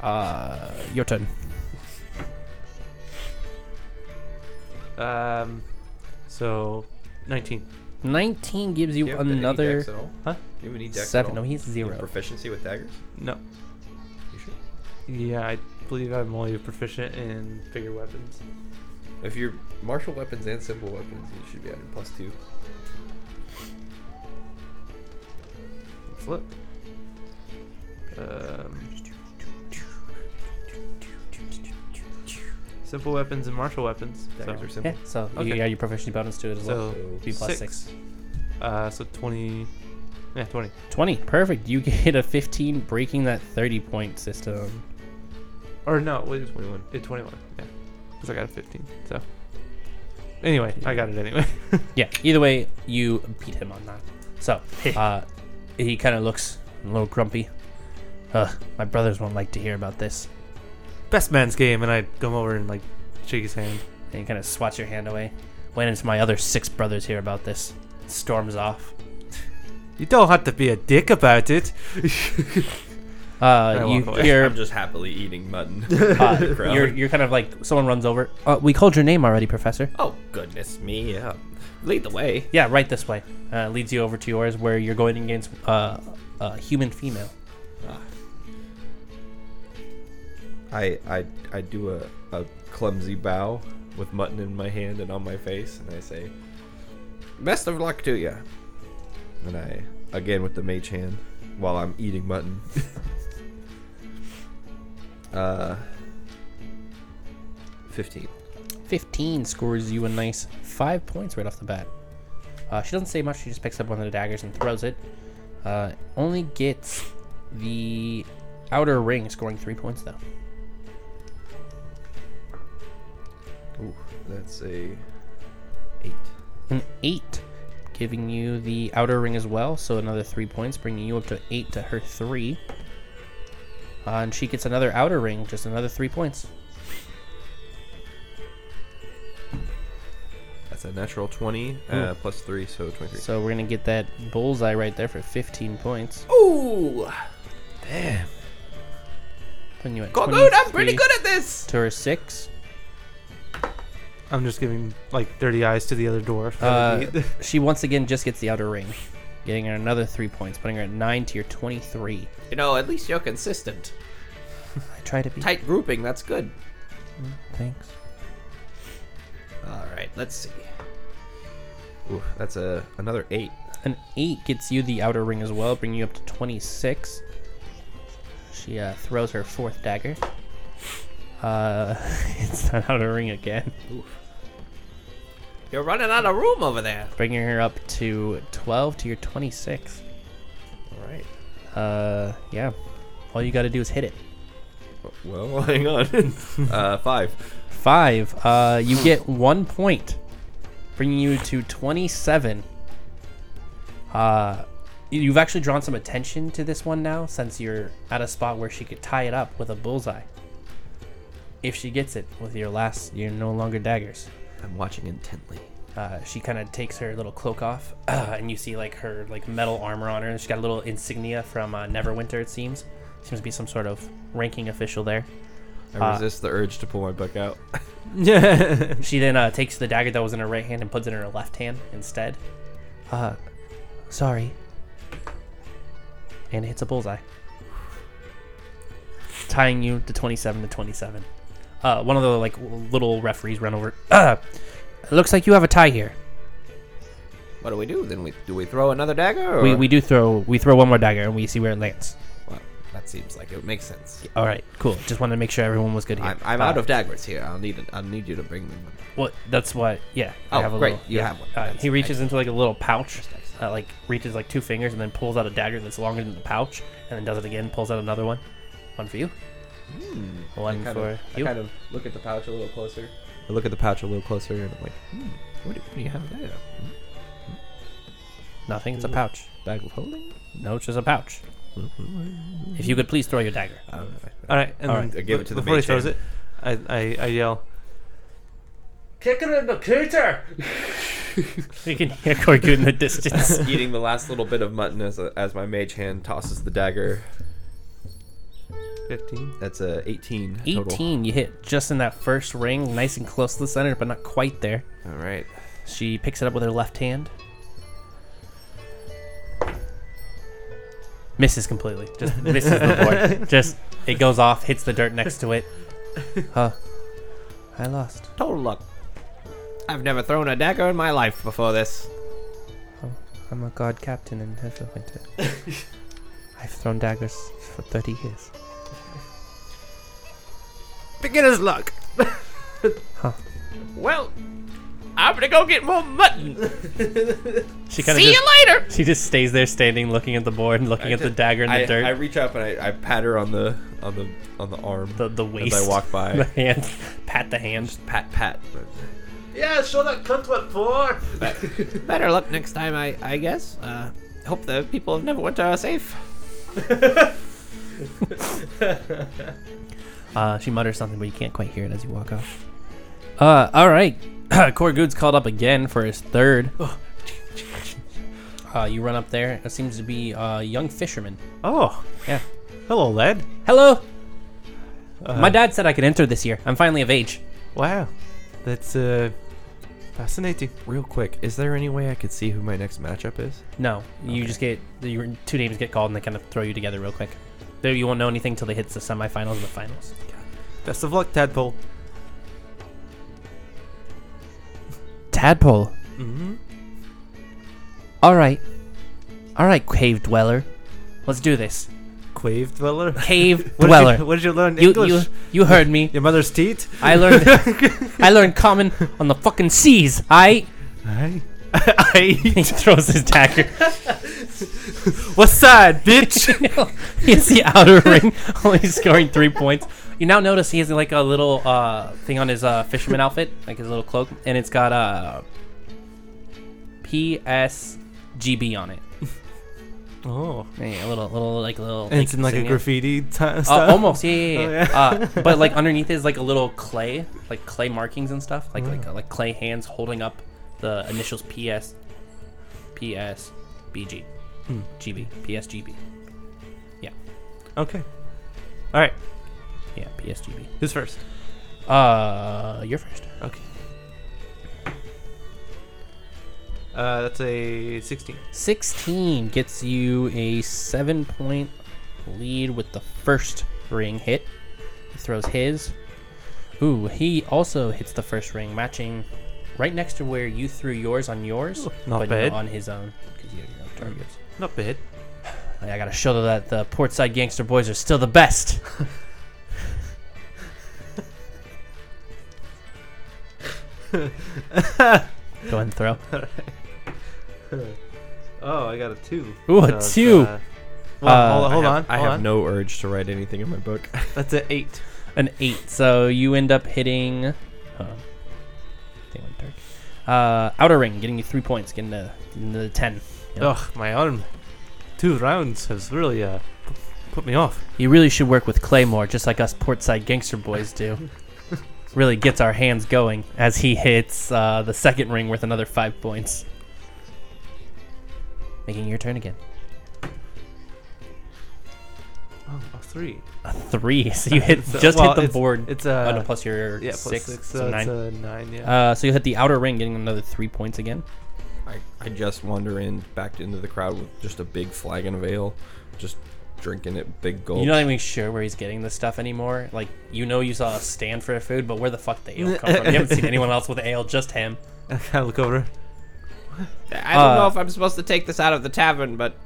C: Uh, your turn.
A: Um, so nineteen.
C: Nineteen gives you,
B: Do have any
C: another
B: dex at all?
A: Huh?
B: Do you have any dex at
C: seven. No,
B: all?
C: he's
B: You have
C: zero.
B: Proficiency with daggers?
A: No.
B: You sure?
A: Yeah, I believe I'm only proficient in bigger weapons.
B: If you're martial weapons and simple weapons, you should be adding plus two.
A: Let's look. Um, simple weapons and martial weapons. So,
B: Daggers are
C: Yeah,
B: simple.
C: so you
A: Okay.
C: got your proficiency bonus to it as
A: so
C: well.
B: So
C: Be plus
A: six.
C: six.
A: uh, so twenty. Yeah, twenty.
C: Twenty. Perfect. You get a fifteen, breaking that thirty-point system.
A: Or no, wait,
B: 21.
A: it's twenty-one. Yeah, because I got a fifteen. So anyway, I got it anyway.
C: Yeah. Either way, you beat him on that. So, uh, he kind of looks a little grumpy. Uh, my brothers won't like to hear about this.
A: Best man's game, and I come over and like shake his hand.
C: And you kind of swats your hand away. When it's my other six brothers hear about this, storms off.
A: You don't have to be a dick about it.
C: Uh,
A: walk
C: you
A: away.
C: hear,
B: I'm just happily eating mutton.
C: uh,
B: The crowd.
C: you're, you're kind of like, someone runs over. Uh, we called your name already, Professor.
D: Oh goodness me! Yeah. Lead the way.
C: Yeah, right this way. Uh, leads you over to yours where you're going against uh, a human female.
B: I, I I do a, a clumsy bow with mutton in my hand and on my face, and I say, "Best of luck to you." And I again with the mage hand, while I'm eating mutton. uh, 15.
C: 15 scores you a nice five points right off the bat. Uh, she doesn't say much. She just picks up one of the daggers and throws it. Uh, only gets the outer ring, scoring three points though.
B: Ooh, that's a 8.
C: An eight, giving you the outer ring as well. So another three points, bringing you up to eight to her three. Uh, and she gets another outer ring, just another three points.
B: That's a natural 20 uh, plus 3, so 23.
C: So we're gonna get that bullseye right there for 15 points.
D: Ooh,
C: Putting you at
D: go good! I'm pretty
C: 23
D: good at this.
C: To her six.
A: I'm just giving like 30 eyes to the other dwarf.
C: Uh, she once again just gets the outer ring, getting her another three points, putting her at nine to your 23.
D: You know, at least you're consistent.
C: I try to be.
D: Tight grouping, that's good.
C: Thanks.
D: All right, let's see.
B: Ooh, that's a another 8.
C: An eight gets you the outer ring as well, bringing you up to 26. She uh, throws her fourth dagger. Uh, it's not outer ring again,
D: You're running out of room over there.
C: bringing her up to 12 to your 26.
B: All right.
C: Uh, yeah. All you got to do is hit it.
B: Well, hang on. uh, 5.
C: Five. Uh, you get one point, bringing you to twenty-seven. Uh, you- you've actually drawn some attention to this one now, since you're at a spot where she could tie it up with a bullseye. If she gets it with your last, you're no longer daggers.
D: I'm watching intently.
C: Uh, she kind of takes her little cloak off, uh, and you see like her like metal armor on her. She's got a little insignia from uh, Neverwinter. It seems seems to be some sort of ranking official there.
B: I
C: Uh,
B: resist the urge to pull my book out.
A: yeah.
C: She then uh, takes the dagger that was in her right hand and puts it in her left hand instead. Uh, sorry. And it hits a bullseye, tying you to twenty-seven to twenty-seven. Uh, one of the like w- little referees run over. Uh, looks like you have a tie here.
D: What do we do? Then we do we throw another dagger? Or?
C: We, we do throw we throw one more dagger and we see where it lands.
D: Well, that seems like it makes sense.
C: All right, cool. Just wanted to make sure everyone was good here.
D: I'm, I'm
C: Uh,
D: out of daggers here. I'll need I'll need you to bring them.
C: Well, that's what. Yeah.
D: Oh, great,
C: Little,
D: you
C: yeah.
D: have one.
C: Uh,
D: That's
C: he reaches into like a little pouch,
D: excellent.
C: uh, like reaches like two fingers, and then pulls out a dagger that's longer than the pouch, and then does it again. Pulls out another one. One for you. one
B: kind
C: for
B: of, I
C: you.
B: kind of look at the pouch a little closer. I look at the pouch a little closer, and I'm like, hmm, what do, what do you have there?
C: Nothing. It's a pouch.
B: Bag of holding?
C: No, it's just a pouch. If you could please throw your dagger.
B: I don't know.
A: All right. And
C: All
A: then
B: right. I give it to the
A: before he
B: mage
A: throws
B: hand.
A: it, I, I, I yell.
C: Kick it in the cooter. you can hear Corgu in the distance.
B: Eating the last little bit of mutton as, a, as my mage hand tosses the dagger.
A: 15.
B: That's a 18 total.
C: Eighteen. You hit just in that first ring, nice and close to the center, but not quite there.
B: All right.
C: She picks it up with her left hand. Misses completely. Just misses the board. Just it goes off, hits the dirt next to it. Huh. I lost.
D: Total luck. I've never thrown a dagger in my life before this.
C: I'm a god captain in Neverwinter. I've thrown daggers for 30 years.
D: Beginner's luck.
C: Huh.
D: Well, I'm gonna go get more mutton.
C: She kind of just,
D: See you later.
C: she just stays there standing looking at the board and looking
B: I
C: at the
B: just-
C: dagger in the
B: I,
C: dirt.
B: I reach up and I, I pat her on the on the on the arm
C: the the waist.
B: as I walk
C: the
B: by.
C: hand. Pat the hand.
B: pat pat.
A: Yeah, show that cunt what for.
D: Better luck next time, I I guess. Uh, hope the people of Neverwinter are safe.
C: Uh, she mutters something, but you can't quite hear it as you walk off. Uh, all right. Corgood's called up again for his third. Uh, you run up there. It seems to be a uh, young fisherman.
A: Oh,
C: Yeah.
A: hello, lad.
C: Hello. My dad said I could enter this year. I'm finally of age.
A: Wow, that's uh, fascinating.
B: Real quick, is there any way I could see who my next matchup is?
C: No, you
B: Okay.
C: just get your two names get called and they kind of throw you together real quick. There, you won't know anything until they hits the semifinals and the finals.
A: Best of luck, tadpole.
C: Tadpole.
A: Mm-hmm.
C: All right. All right, cave dweller. Let's do this.
A: Quave dweller.
C: Cave
A: What
C: dweller.
A: Did you, what did you learn
C: you,
A: English?
C: you, you heard me.
A: Your mother's teeth.
C: I learned I learned common on the fucking seas. I
A: Aye. Aye.
C: he throws his dagger.
A: What's that, bitch?
C: It's the outer ring, only scoring three points. You now notice he has like a little uh, thing on his uh, fisherman outfit, like his little cloak, and it's got uh, PSGB on it.
A: oh.
C: Yeah, a little, little, like little.
A: And it's in like a
C: insignia.
A: graffiti t- stuff.
C: Uh, almost, yeah, yeah, yeah.
A: Oh,
C: Uh, but like underneath is like a little clay, like clay markings and stuff, like like like clay hands holding up the initials PS, PS, BG, GB, PSGB.
A: Okay. All right.
C: Yeah, PSGB.
A: Who's first?
C: Uh, you're first.
A: Okay. Uh, that's a 16.
C: 16 gets you a seven point lead with the first ring hit. He throws his. Ooh, he also hits the first ring, matching right next to where you threw yours on yours,
A: Ooh, not
C: but
A: bad.
C: on his own because you have your own targets.
A: Not bad.
C: Like, I gotta show that the Portside Gangster boys are still the best. Go ahead and throw.
A: Oh, I got a 2.
C: Ooh, a
A: it's,
C: two.
A: uh, well,
C: Uh,
A: hold, hold
B: I have,
A: on.
B: I
A: hold
B: have
A: on.
B: no urge to write anything in my book.
A: That's an 8.
C: an eight. So you end up hitting. uh, Hold on. They went dark. Uh, outer ring, getting you three points, getting to, getting to the ten. Yep.
A: Ugh, my arm. Two rounds has really uh, p- put me off.
C: You really should work with Claymore, just like us portside gangster boys do. really gets our hands going as he hits uh, the second ring worth another five points. Making your turn again.
A: Oh, a 3.
C: A three, so you hit
A: So-
C: just
A: well,
C: hit the
A: it's-
C: board.
A: It's
C: oh, no,
A: a.
C: plus your
A: yeah, plus
C: six,
A: 6.
C: so
A: so
C: nine.
A: It's a 9, yeah.
C: uh, so you hit the outer ring, getting another three points again.
B: I, I just wander in back into the crowd with just a big flagon of ale, just drinking it big gulp.
C: You're not even sure where he's getting this stuff anymore. Like, you know, you saw a stand for food, but where the fuck the ale come from? You haven't seen anyone else with ale, just him.
A: I look over.
D: I don't know
C: Uh,
D: if I'm supposed to take this out of the tavern, but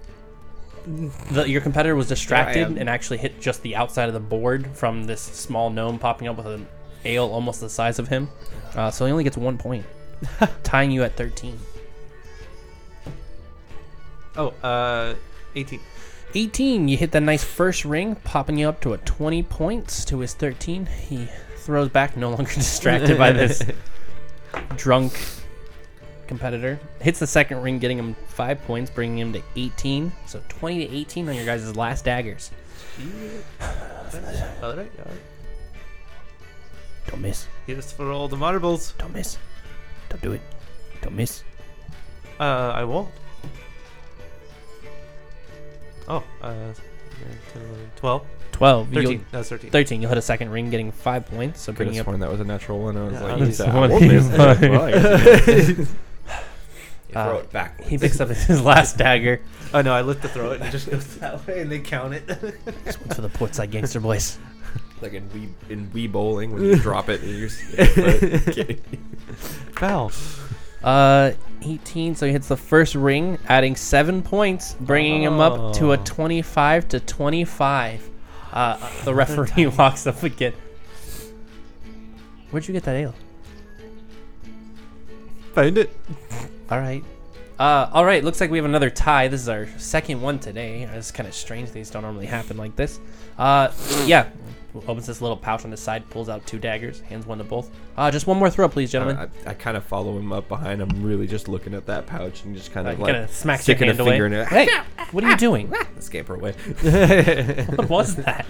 C: The, your competitor was distracted
D: am.
C: and actually hit just the outside of the board from this small gnome popping up with an ale almost the size of him. Uh, so he only gets one point, tying you at 13.
A: Oh, uh, 18.
C: 18, you hit that nice first ring, popping you up to a 20 points to his 13. He throws back, no longer distracted by this drunk competitor. Hits the second ring, getting him 5 points, bringing him to 18. So 20 to 18 on your guys' last daggers.
A: All right, all right.
C: Don't miss.
A: Here's for all the marbles.
C: Don't miss. Don't do it. Don't miss.
A: Uh, I won't. Oh, uh, 12.
C: 12. you'll-
A: 13. That's 13.
C: 13, you'll hit a second ring, getting 5 points. So
B: Could
C: bringing
B: have
C: you up
B: sworn that was a natural one. I was
A: Yeah,
B: like,
A: I
B: you
A: was
B: said,
C: one
B: "Well, miss."
C: of mine.
B: Well, I guess you did. You
C: Uh,
B: throw it backwards.
C: He picks up his last dagger.
A: Oh, no, I look to throw it and it just goes that way and they count it.
C: This one's for the Portside Gangster Boys.
B: like in wee in wee bowling when you drop it and you're just,
A: Foul.
C: Uh, 18, so he hits the first ring, adding seven points, bringing him up to a
A: Oh.
C: 25 to 25. Uh, the referee walks up again. Where'd you get that ale?
A: Found it.
C: All right. Uh, all right. Looks like we have another tie. This is our second one today. Uh, It's kind of strange. These don't normally happen like this. Uh, yeah. Opens this little pouch on the side, pulls out two daggers, hands one to both. Uh, just one more throw, please, gentlemen.
B: I, I kind of follow him up behind. I'm really just looking at that pouch and just kind
C: Uh,
B: of
C: gonna
B: like
C: smack your
B: sticking a
C: hand away.
B: finger in it.
C: Hey, what are you doing?
B: Scamper away.
C: What was that?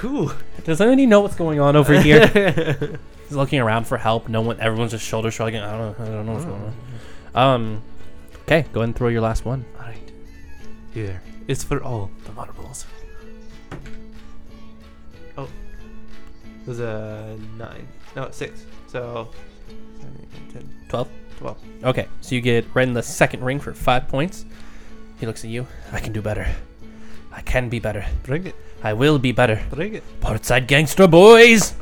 A: Whew.
C: Does anybody know what's going on over here? He's looking around for help. No one. Everyone's just shoulder shrugging. I don't. know. I don't know what's going on. Um. Okay, go ahead and throw your last one.
A: All right. Here. It's for all the marbles. Oh. It was a 9. No, 6. So. seven, eight, 10,
C: Twelve.
A: 12.
C: Okay, so you get right in the second ring for five points. He looks at you. I can do better. I can be better.
A: Bring it.
C: I will be better.
A: Bring it.
C: Portside gangster boys.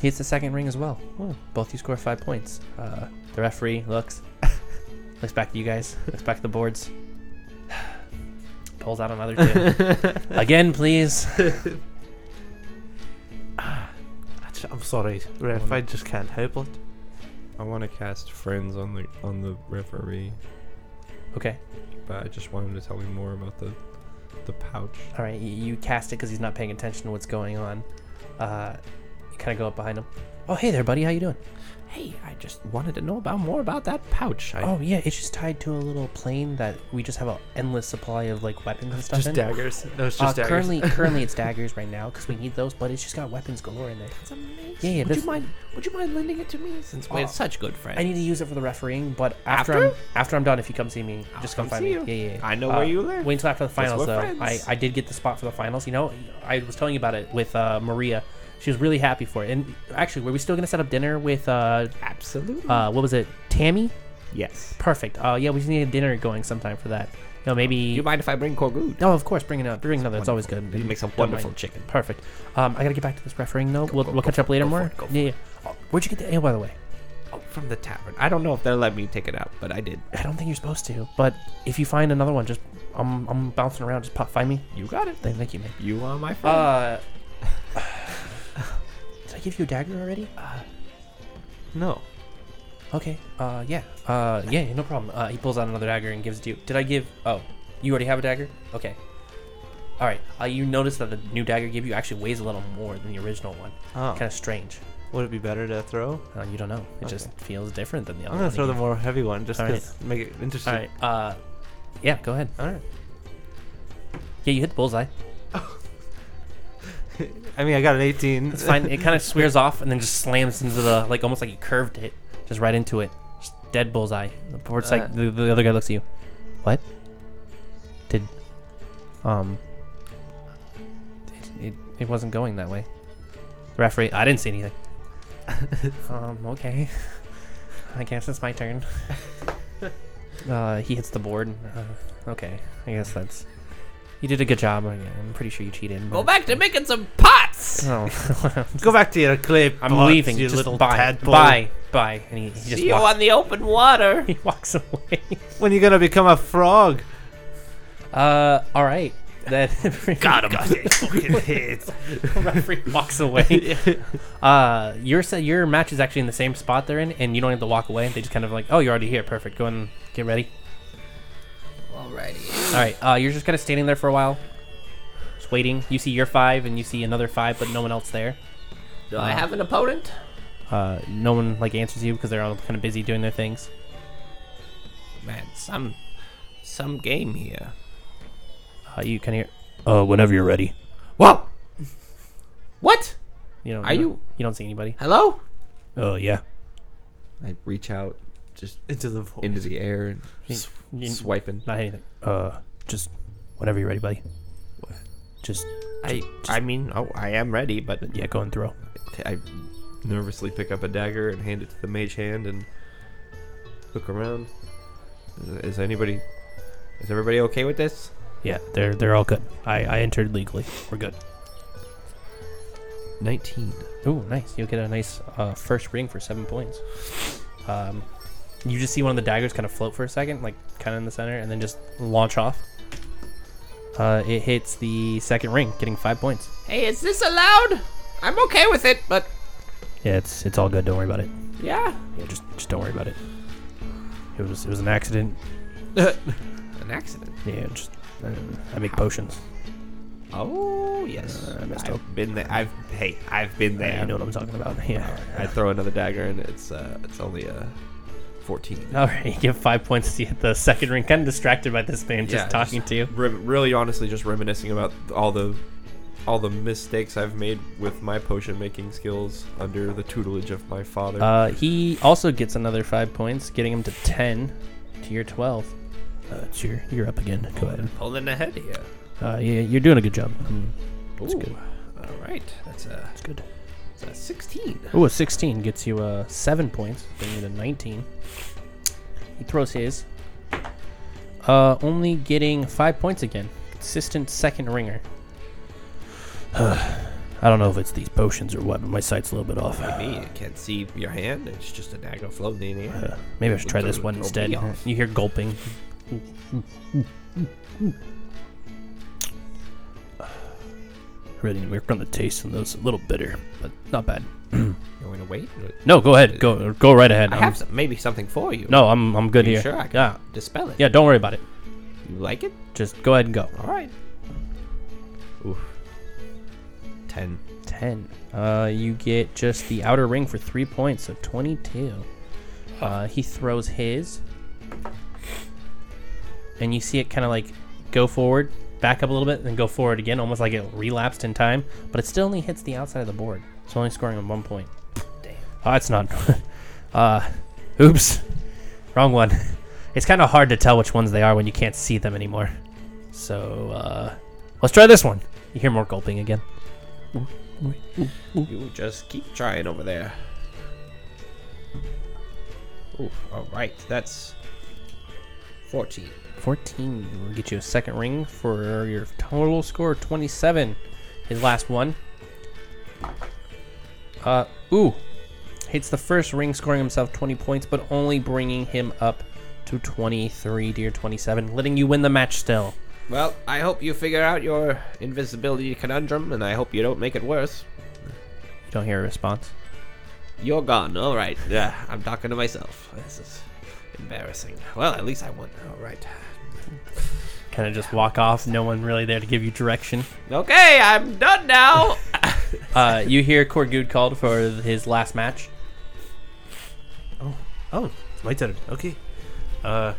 C: He hits the second ring as well. Both you score five points. Uh, the referee looks, looks back at you guys. Looks back at the boards. pulls out another two. Again, please.
A: I'm sorry, ref. I just can't help it.
B: I want to cast friends on the on the referee,
C: Okay.
B: but I just want him to tell me more about the the pouch.
C: All right. You, you cast it because he's not paying attention to what's going on. Uh, you kind of go up behind him. Oh, hey there, buddy. How you doing?
D: Hey, I just wanted to know about more about that pouch. I,
C: Oh yeah, it's just tied to a little plane that we just have an endless supply of like weapons and stuff
A: Just
C: in.
A: daggers. No, it's
C: Uh,
A: just daggers.
C: currently, currently it's daggers right now because we need those, but it's just got weapons galore in there.
D: That's amazing.
C: Yeah, yeah,
D: would
C: this-
D: you mind? Would you mind lending it to me? Since Oh. we're such good friends.
C: I need to use it for the refereeing, but after
D: After?
C: I'm, after I'm done, if you come see me, just come,
D: come
C: find me.
D: see you.
C: Yeah, yeah, yeah. Uh,
D: I know where you live.
C: Wait until after the finals,
D: we're
C: though. I,
D: friends.
C: I did get the spot for the finals. You know, I was telling you about it with uh, Maria. She was really happy for it. And actually, were we still gonna set up dinner with uh,
D: Absolutely.
C: uh what was it, Tammy?
D: yes.
C: Perfect. Uh, yeah, we just need a dinner going sometime for that. No,
D: Do
C: maybe.
D: you mind if I bring Korgood?
C: No, of course, bring it up. Bring another. It's always good.
D: He makes a
C: Don't mind.
D: wonderful chicken.
C: Perfect. Um, I gotta get back to this refereeing though. we'll
D: go-
C: we'll
D: go
C: catch
D: for
C: up
D: it,
C: later
D: go
C: more.
D: for it, go
C: yeah. yeah. Oh, where'd you get the ale, by the way?
D: Oh, from the tavern. I don't know if they'll let me take it out, but I did.
C: I don't think you're supposed to, but if you find another one, just I'm I'm bouncing around. Just pop, find me.
D: You got it.
C: Then thank you, man.
D: You are my friend.
C: Uh, did I give you a dagger already? Uh,
A: no.
C: Okay. Uh, yeah. Uh, yeah. No problem. Uh, he pulls out another dagger and gives it to you. Did I give? Oh, you already have a dagger. Okay. All right. Uh, you notice that the new dagger I gave you actually weighs a little more than the original one.
A: Oh.
C: Kind of strange.
A: Would it be better to throw?
C: Uh, you don't know. It just feels different than the other.
A: I'm gonna
C: one I
A: throw the
C: gave.
A: more heavy one just
C: All right.
A: to make it interesting.
C: All right. Uh, yeah. Go ahead.
A: All right.
C: Yeah, you hit the bullseye.
A: I mean, I got an 18.
C: It's fine. It kind of swears off and then just slams into the like almost like he curved it, just right into it. Just dead bullseye. The poor it's
D: Uh.
C: like the, the other guy looks at you. What? Did um? It, it, it wasn't going that way. The referee, I didn't see anything. um. Okay. I guess it's my turn. Uh, he hits the board. Uh, okay. I guess that's. You did a good job. I- I'm pretty sure you cheated.
D: Go
C: but-
D: back to making some pots.
C: Oh.
A: Go back to your clip.
C: I'm
A: bots,
C: leaving.
A: You
C: just
A: little
C: bye,
A: tadpole.
C: Bye, bye. And he, he just
D: See you
C: walks,
D: on the open water.
C: he walks away.
A: When you gonna become a frog?
C: Uh, all right. That
D: Got him.
C: referee walks away. Uh, your se- your match is actually in the same spot they're in, and you don't have to walk away. They just kind of like, oh, you're already here. Perfect. Go and get ready.
D: Alrighty.
C: All right. Uh, you're just kind of standing there for a while, just waiting. You see your five, and you see another five, but no one else there.
D: Do I have an opponent?
C: Uh, no one like answers you because they're all kind of busy doing their things.
D: Man, some some game here.
C: Uh, you kind of hear. Uh, whenever you're ready.
D: Whoa. What?
C: You know.
D: Are you-
C: You don't see anybody.
D: Hello?
C: Oh yeah.
B: I reach out just
A: Into the void.
B: into the air and s-
C: You-
B: swiping.
C: Not anything. Uh, just whenever you're ready, buddy. Just
D: I I mean, oh, I am ready, but
C: yeah, go and throw.
B: I nervously pick up a dagger and hand it to the mage hand and look around. Is anybody? Is everybody okay with this?
C: Yeah, they're they're all good. I I entered legally. We're good.
B: Nineteen.
C: Ooh, nice. You'll get a nice uh, first ring for seven points. Um, you just see one of the daggers kind of float for a second, like kind of in the center, and then just launch off. Uh, it hits the second ring, getting five points.
D: hey, is this allowed? I'm okay with it, but
C: Yeah, it's it's all good. Don't worry about it.
D: yeah,
C: Yeah, just just don't worry about it. It was it was an accident.
D: an accident.
C: Yeah, just I, I make potions.
D: Oh yes,
C: Uh, I messed
D: I've
C: up.
B: Been there. I've hey, I've been
C: Yeah,
B: there.
C: you know what I'm talking about. Yeah.
B: I throw another dagger and it's uh, it's only uh, fourteen.
C: All right, you get five points to hit the second ring. Kind of distracted by this man just
B: Yeah,
C: talking to you.
B: Re- really, honestly, just reminiscing about all the all the mistakes I've made with my potion making skills under the tutelage of my father.
C: Uh, he also gets another five points, getting him to ten, to your twelve. Uh, it's your, you're up again. Go ahead.
D: pulling ahead here.
C: Uh, yeah, you're doing a good job. Mm,
D: Ooh,
C: That's good.
D: all right, that's a,
C: That's good.
D: that's a sixteen.
C: Ooh, a 16 gets you uh, seven points, bringing you to 19. He throws his, uh, only getting five points again. Consistent second ringer. I don't know if it's these potions or what, but my sight's a little bit off.
B: Me, I can't see your hand. It's just a dagger floating in the air.
C: Uh, maybe I should try this
B: Throw-
C: one
B: throw
C: instead.
B: me off.
C: You hear gulping. Really, we're gonna taste them. Those a little bitter, but not bad.
D: You want to wait?
C: No, go ahead. Go go right ahead.
D: I
C: I'm-
D: have some, maybe something for you.
C: No, I'm I'm good
D: Are you
C: here.
D: sure I can-
C: yeah,
D: Dispel it.
C: yeah. Don't worry about it.
D: You like it?
C: Just go ahead and go.
D: All right. Oof. Ten.
C: Ten. Uh, you get just the outer ring for three points, so twenty-two. Uh, he throws his, and you see it kind of like go forward, back up a little bit, then go forward again, almost like it relapsed in time. But it still only hits the outside of the board. It's only scoring on one point.
D: Damn.
C: Oh, that's not. uh, oops, wrong one. It's kind of hard to tell which ones they are when you can't see them anymore. So uh, let's try this one. You hear more gulping again.
D: You just keep trying over there. Oof. All right. That's fourteen.
C: 14 will get you a second ring for your total score of 27 his last one uh ooh hits the first ring scoring himself 20 points but only bringing him up to 23 to your 27 letting you win the match still
D: Well, I hope you figure out your invisibility conundrum, and I hope you don't make it worse.
C: you don't hear a response
D: You're gone. All right. Yeah, I'm talking to myself. This is embarrassing. Well, at least I won. All right.
C: kind of just walk off no one really there to give you direction
D: Okay, I'm done now.
C: uh you hear Corgood called for his last match
A: Oh, it's my turn. Okay. Uh,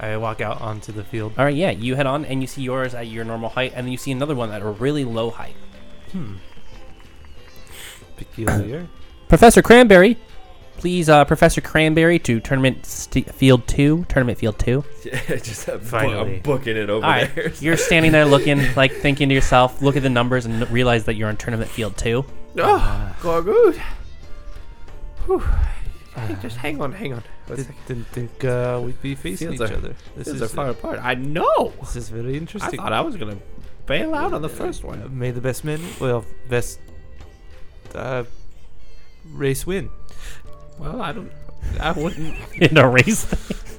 A: I walk out onto the field.
C: all right yeah you head on and you see yours at your normal height and then you see another one at a really low height
A: Peculiar.
C: Professor Cranberry, please, uh, Professor Cranberry to Tournament st- Field 2. Tournament Field 2.
B: Yeah, just a bu-
A: Finally.
B: I'm booking it over
C: All right.
B: there.
C: You're standing there looking, like, thinking to yourself, look at the numbers and realize that you're on Tournament Field 2.
A: Uh,
D: Oh, Gorgood. Whew. Hey, just hang on, hang on. One
A: Did,
D: second.
A: Uh, didn't think uh, we'd be facing
B: Fields
A: each
B: are-
A: other. This
D: This
A: is
D: is far apart. I know.
A: this is very
D: I
A: interesting. Uh,
D: thought I was gonna bail out on the first one.
A: May the best men, well, best uh, race win.
D: Well, I don't. I wouldn't.
C: In a race.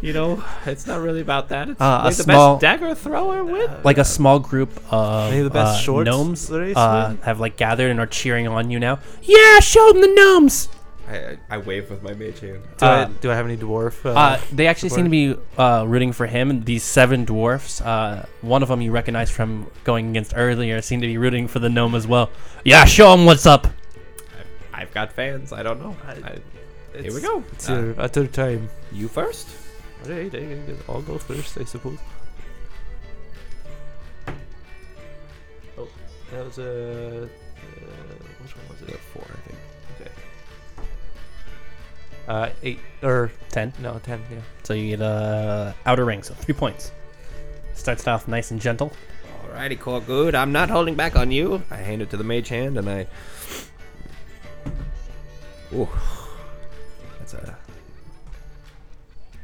D: You know, it's not really about that. It's
C: Uh, a
D: may the
C: small-
D: best dagger thrower win.
C: Like a small group of
A: May the best
C: uh,
A: shorts
C: gnomes
A: race
C: uh,
A: win.
C: have, like, gathered and are cheering on you now. Yeah, show them the gnomes!
B: I, I- I wave with my mage hand.
A: Do, I,
C: uh,
A: do I have any dwarf? Uh,
C: Uh, they actually
A: support.
C: seem to be uh, rooting for him. These seven dwarfs, uh, one of them you recognize from going against earlier, seem to be rooting for the gnome as well. Yeah, show him what's up.
D: I've got fans. I don't know. I, here we
A: it's-
D: go.
A: It's
D: Uh,
A: your a third time.
D: you first.
A: All right, I- I- I'll go first, I suppose. Oh, that was a. Uh, which one was it?
B: Four, I think.
A: Uh, eight or
C: Ten.
A: no, ten. Yeah.
C: So you get uh, outer ring, so three points. Starts it off nice and gentle.
D: Alrighty, Gorgood. I'm not holding back on you.
B: I hand it to the mage hand and I. Ooh. That's a.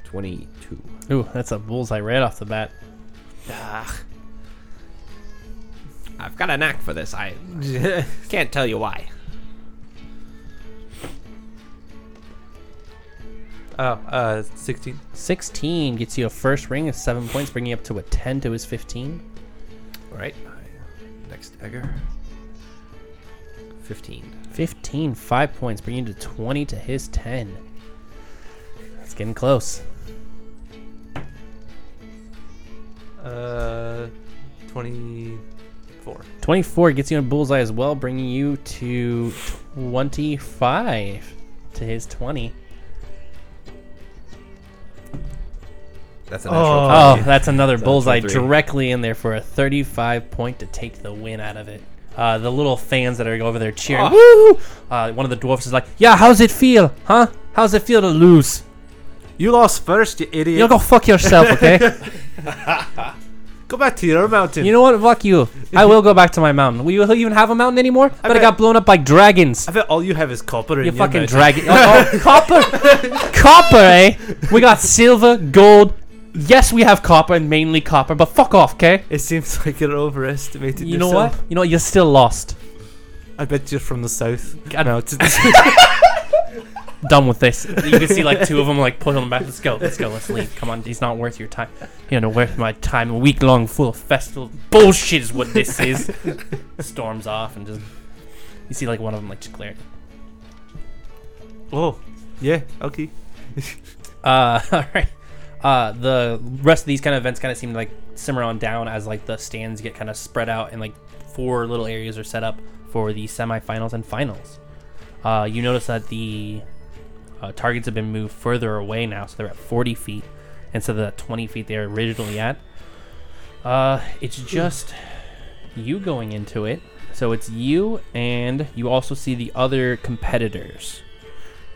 B: 22.
C: Ooh, that's a bullseye right off the bat.
D: Ah. I've got a knack for this. I can't tell you why.
A: Oh, uh, sixteen.
C: 16 gets you a first ring of seven points, bringing you up to a 10 to his 15.
D: Right?
B: Next dagger.
D: 15.
C: 15, five points, bringing you to 20 to his 10. That's getting close.
A: Uh, twenty-four.
C: 24 gets you on bullseye as well, bringing you to 25 to his 20.
B: That's a natural
C: Oh,
B: 20.
C: that's another
B: So
C: bullseye
B: three.
C: directly in there for a 35 point to take the win out of it. Uh, the little fans that are over there cheering, woo! Uh, one of the dwarfs is like, "Yeah, how's it feel, huh? How's it feel to lose?
A: You lost first, you idiot.
C: You go fuck yourself, okay?
A: Go back to your mountain.
C: you know what? Fuck you. I will go back to my mountain. Will you even have a mountain anymore? But I
A: bet-
C: got blown up by dragons.
A: I bet all you have is copper in
C: You
A: your
C: fucking
A: mountain.
C: dragon. Oh, oh, copper! copper, eh? We got silver, gold. Yes, we have copper, and mainly copper, but fuck off, okay?
A: It seems like you're overestimated.
C: You know
A: yourself.
C: what? You know what? You're still lost.
A: I bet you're from the south.
C: God.
A: No, it's-
C: done with this. You can see like two of them like push on the back. Let's go. Let's go. Let's leave. Come on. It's not worth your time. You know, worth my time. A week long full of festival bullshit is what this is. Storms off and just you see like one of them like just glare.
A: Oh, yeah. Okay.
C: Uh, all right. Uh, the rest of these kind of events kind of seem to like simmer on down as like the stands get kind of spread out and like four little areas are set up for the semifinals and finals. Uh, you notice that the uh, targets have been moved further away now, so they're at 40 feet instead of the 20 feet they were originally at. Uh, it's just you going into it. So it's you, and you also see the other competitors.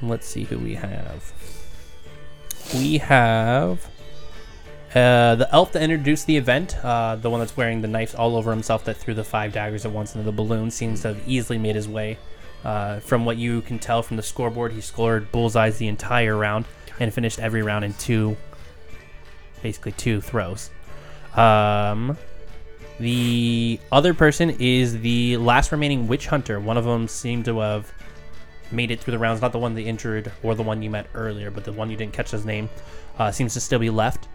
C: Let's see who we have we have uh, the elf that introduced the event, uh, the one that's wearing the knives all over himself that threw the five daggers at once into the balloon, seems to have easily made his way. Uh, from what you can tell from the scoreboard, he scored bullseyes the entire round and finished every round in two, basically two throws. Um, the other person is the last remaining witch hunter. One of them seemed to have made it through the rounds, not the one they injured or the one you met earlier, but the one you didn't catch his name, uh, seems to still be left.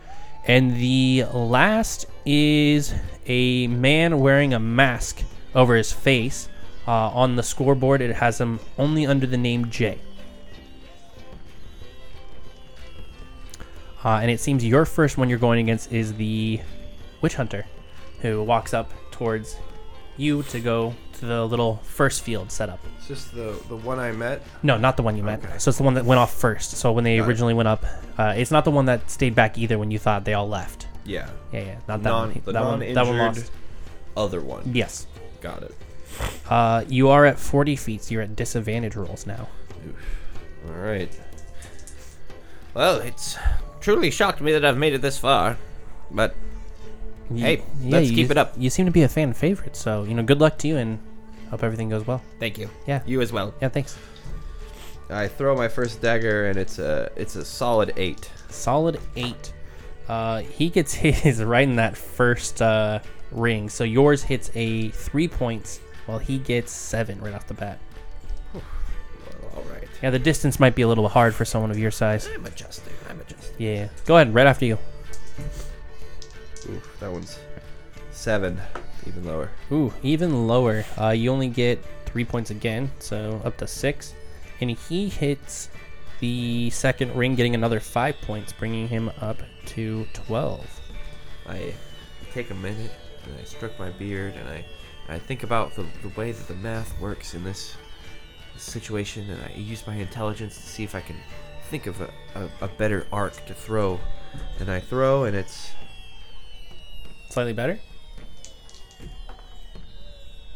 C: And the last is a man wearing a mask over his face. Uh, on the scoreboard, it has him only under the name J. Uh, and it seems your first one you're going against is the witch hunter, who walks up towards you to go to the little first field setup.
B: It's just the the one I met.
C: No, not the one you met.
B: Okay.
C: So it's the one that went off first. So when they
B: Got it.
C: originally went up, uh, it's not the one that stayed back either when you thought they all left.
B: Yeah.
C: Yeah, yeah, not that
B: Non,
C: one.
B: the
C: That one,
B: non-injured
C: that one lost.
B: other one.
C: Yes.
B: Got it.
C: Uh, you are at 40 feet, so you're at disadvantage rolls now.
B: All right.
D: Well, it's truly shocked me that I've made it this far, but Hey, let's
C: you-
D: keep it up.
C: You seem to be a fan favorite, so, you know, good luck to you and hope everything goes well.
D: thank you.
C: Yeah.
D: You as well.
C: Yeah, thanks.
B: I throw my first dagger and it's a it's a solid eight.
C: Solid eight. Uh, he gets his right in that first uh, ring, so yours hits a three points, while he gets seven right off the bat.
B: Well, all right.
C: Yeah, the distance might be a little hard for someone of your size.
D: I'm adjusting. I'm adjusting.
C: Yeah, yeah. Go ahead, right after you.
B: Oof, that one's seven, even lower.
C: Ooh, even lower. Uh, you only get three points again, so up to six. And he hits the second ring, getting another five points, bringing him up to 12.
B: I take a minute and I stroke my beard and I I think about the, the way that the math works in this situation and I use my intelligence to see if I can think of a, a, a better arc to throw. And I throw and it's
C: Slightly better?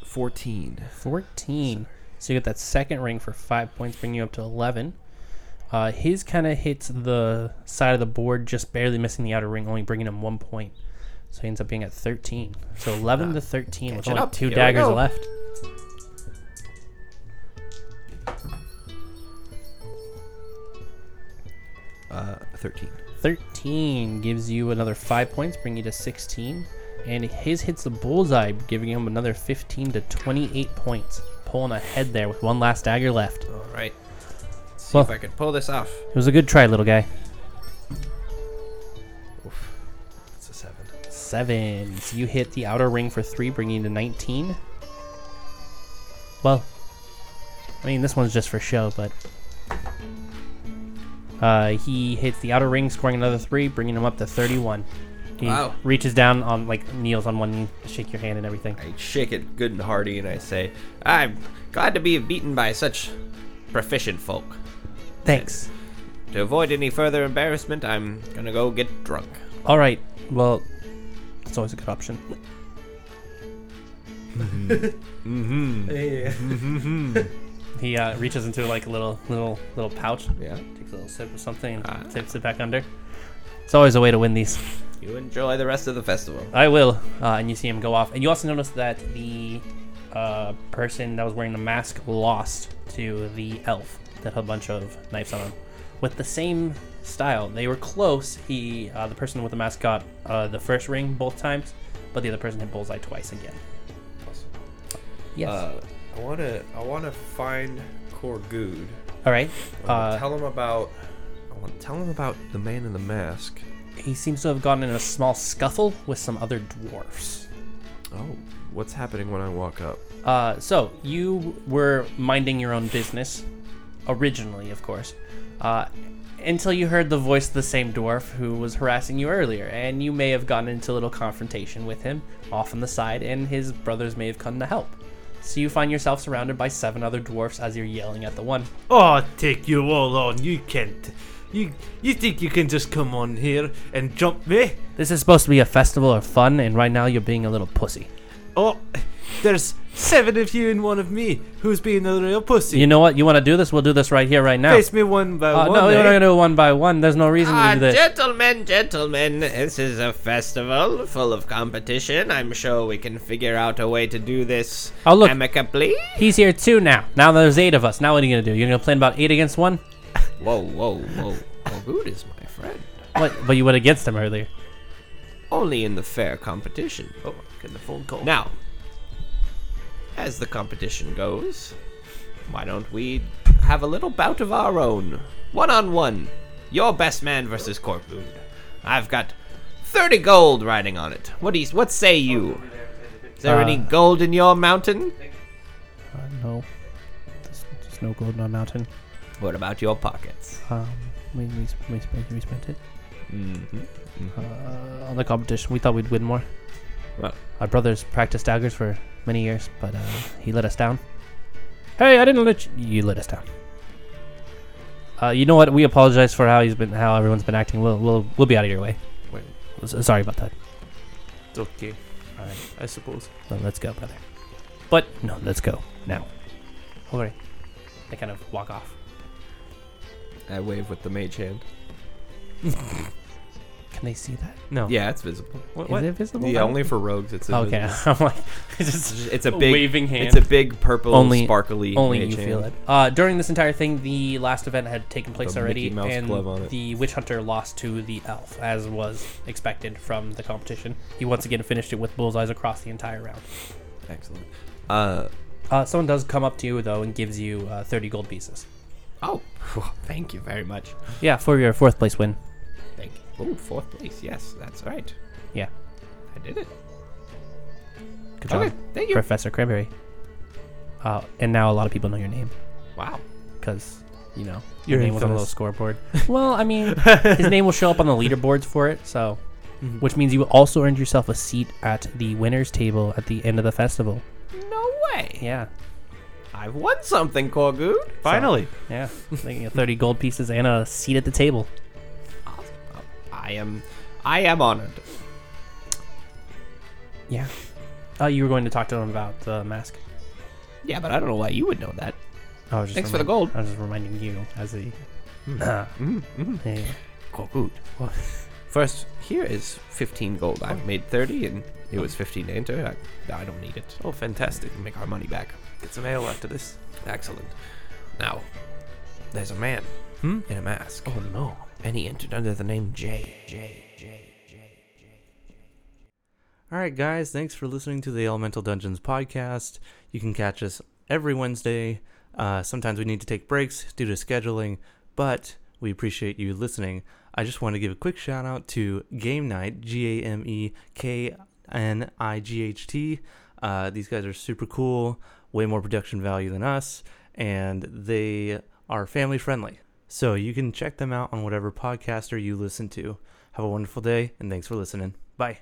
B: 14.
C: 14. So you get that second ring for five points, bringing you up to 11. Uh, his kind of hits the side of the board, just barely missing the outer ring, only bringing him one point. So he ends up being at 13. So 11 to 13 with
D: catching
C: only
D: Ah, up.
C: two
D: Here we
C: daggers
D: go.
C: left.
B: Uh, 13.
C: 13 gives you another 5 points, bringing you to 16. And his hits the bullseye, giving him another 15 to 28 points. Pulling ahead there with one last dagger left. It
D: All right. Let's see
C: Well-
D: if I can pull this off.
C: was a good try, little guy.
B: It's a seven.
C: 7. So you hit the outer ring for 3, bringing you to 19. Well, I mean, this one's just for show, but. Uh, he hits the outer ring, scoring another 3, bringing him up to 31. He
D: Wow.
C: reaches down on, like, kneels on one knee to shake your hand and everything.
D: I shake it good and hearty and I say, I'm glad to be beaten by such proficient folk.
C: Thanks.
D: To avoid any further embarrassment, I'm gonna go get drunk.
C: All right. Well, it's always a good option.
A: Yeah.
C: He uh, reaches into like a little, little, little pouch,
B: Yeah.
C: takes a little sip of something, and
D: Ah.
C: tips it back under. It's always a way to win these.
D: You enjoy the rest of the festival.
C: I will. Uh, and you see him go off. And you also notice that the uh, person that was wearing the mask lost to the elf that had a bunch of knives on him with the same style. They were close. He, uh, the person with the mask, got uh, the first ring both times, but the other person hit bullseye twice again. Yes.
B: Uh, I wanna I wanna find Corgood.
C: All right.
B: I wanna
C: Uh,
B: tell him about. I want to tell him about the man in the mask.
C: He seems to have gotten in a small scuffle with some other dwarfs.
B: Oh, what's happening when I walk up?
C: Uh, so you were minding your own business, originally, of course, uh, until you heard the voice of the same dwarf who was harassing you earlier, and you may have gotten into a little confrontation with him off on the side, and his brothers may have come to help. So you find yourself surrounded by seven other dwarfs as you're yelling at the one.
A: Oh, take you all on. You can't. You you think you can just come on here and jump me?
C: This is supposed to be a festival of fun, and right now you're being a little pussy.
A: Oh, there's seven of you and one of me. Who's being the real pussy?
C: You know what? You want to do this? We'll do this right here, right now.
A: Face me one by
C: Uh,
A: one.
C: no,
A: eh?
C: we're not gonna do it one by one. There's no reason
D: Ah,
C: to do this.
D: gentlemen, gentlemen, this is a festival full of competition. I'm sure we can figure out a way to do this
C: Oh, look.
D: amicably.
C: He's here too now. Now there's eight of us. Now what are you gonna do? You're gonna plan about eight against one?
D: Whoa, whoa, whoa. Well, rude is my friend.
C: What? but you went against him earlier.
D: Only in the fair competition.
A: Oh, I'm getting a phone call.
D: Now, as the competition goes, why don't we have a little bout of our own? One on one. Your best man versus Corpoon. I've got 30 gold riding on it. What, do you, what say you? Is there
C: Uh,
D: any gold in your mountain?
C: Uh, no. There's, there's no gold in our mountain.
D: What about your pockets?
C: Um, we, we, we, spent, we spent it
D: Mm-hmm.
C: uh, on the competition. We thought we'd win more.
D: Well.
C: Our brothers practiced daggers for many years, but uh, he let us down. Hey, I didn't let you. You let us down. Uh, you know what? We apologize for how he's been, how everyone's been acting. We'll, we'll, we'll be out of your way.
A: Wait.
C: S- Sorry about that.
A: It's okay.
C: Alright.
A: I suppose.
C: Well, let's go, brother. But no, let's go now. All right. They kind of walk off.
B: I wave with the mage hand.
C: Can they see that?
A: No.
B: Yeah, it's visible.
A: What?
C: Is
A: what?
C: it visible?
B: Yeah, only for rogues. It's
C: Okay,
B: invisible.
C: I'm like, it's just
B: It's a big.
C: waving hand.
B: It's a big purple,
C: Only-
B: sparkly.
C: only
B: mage
C: you
B: hand.
C: feel it. Uh, during this entire thing, the last event had taken place
B: The
C: already,
B: Mickey Mouse
C: and
B: glove on it.
C: the witch hunter lost to the elf, as was expected from the competition. He once again finished it with bullseyes across the entire round.
B: Excellent. Uh,
C: Uh, someone does come up to you though and gives you uh, 30 gold pieces.
D: Oh, thank you very much.
C: Yeah, for your fourth place win.
D: Thank you. Oh, fourth place. Yes, that's right.
C: Yeah.
D: I did it.
C: Good job.
D: Okay, thank you.
C: Professor Cranberry. Uh, and now a lot of people know your name
D: Wow.
C: because you know
A: You're
C: your name was on the little
A: infamous.
C: scoreboard. well, I mean, his name will show up on the leaderboards for it, so
A: Mhm.
C: which means you also earned yourself a seat at the winners' table at the end of the festival.
D: No way.
C: Yeah,
D: I've won something, Corgood.
A: Finally.
C: yeah, Like, you know, thirty gold pieces and a seat at the table.
D: I am, I am honored.
C: Yeah. Oh, you were going to talk to him about the mask.
D: Yeah, but I don't know why you would know that.
C: I was just
D: Thanks for the
C: remind-
D: gold. Mm.
C: I was just reminding you as a. Yeah.
D: Corgood. First, here is 15 gold. I've made 30, and it was 15 to enter. I, I don't need it.
A: Oh, fantastic.
D: We'll Oh. make our money back.
A: Get some ale after this.
D: Excellent. Now, there's a man
A: Hmm?
D: in a mask,
A: Oh no.
D: and he entered under the name J. J. J. J.
A: All right, guys, thanks for listening to the Elemental Dungeons podcast. You can catch us every Wednesday. Uh, sometimes we need to take breaks due to scheduling, but we appreciate you listening. I just want to give a quick shout out to Game Night, G A M E K N I G H T. Uh, these guys are super cool, way more production value than us, and they are family friendly. So you can check them out on whatever podcaster you listen to. Have a wonderful day, and thanks for listening. Bye.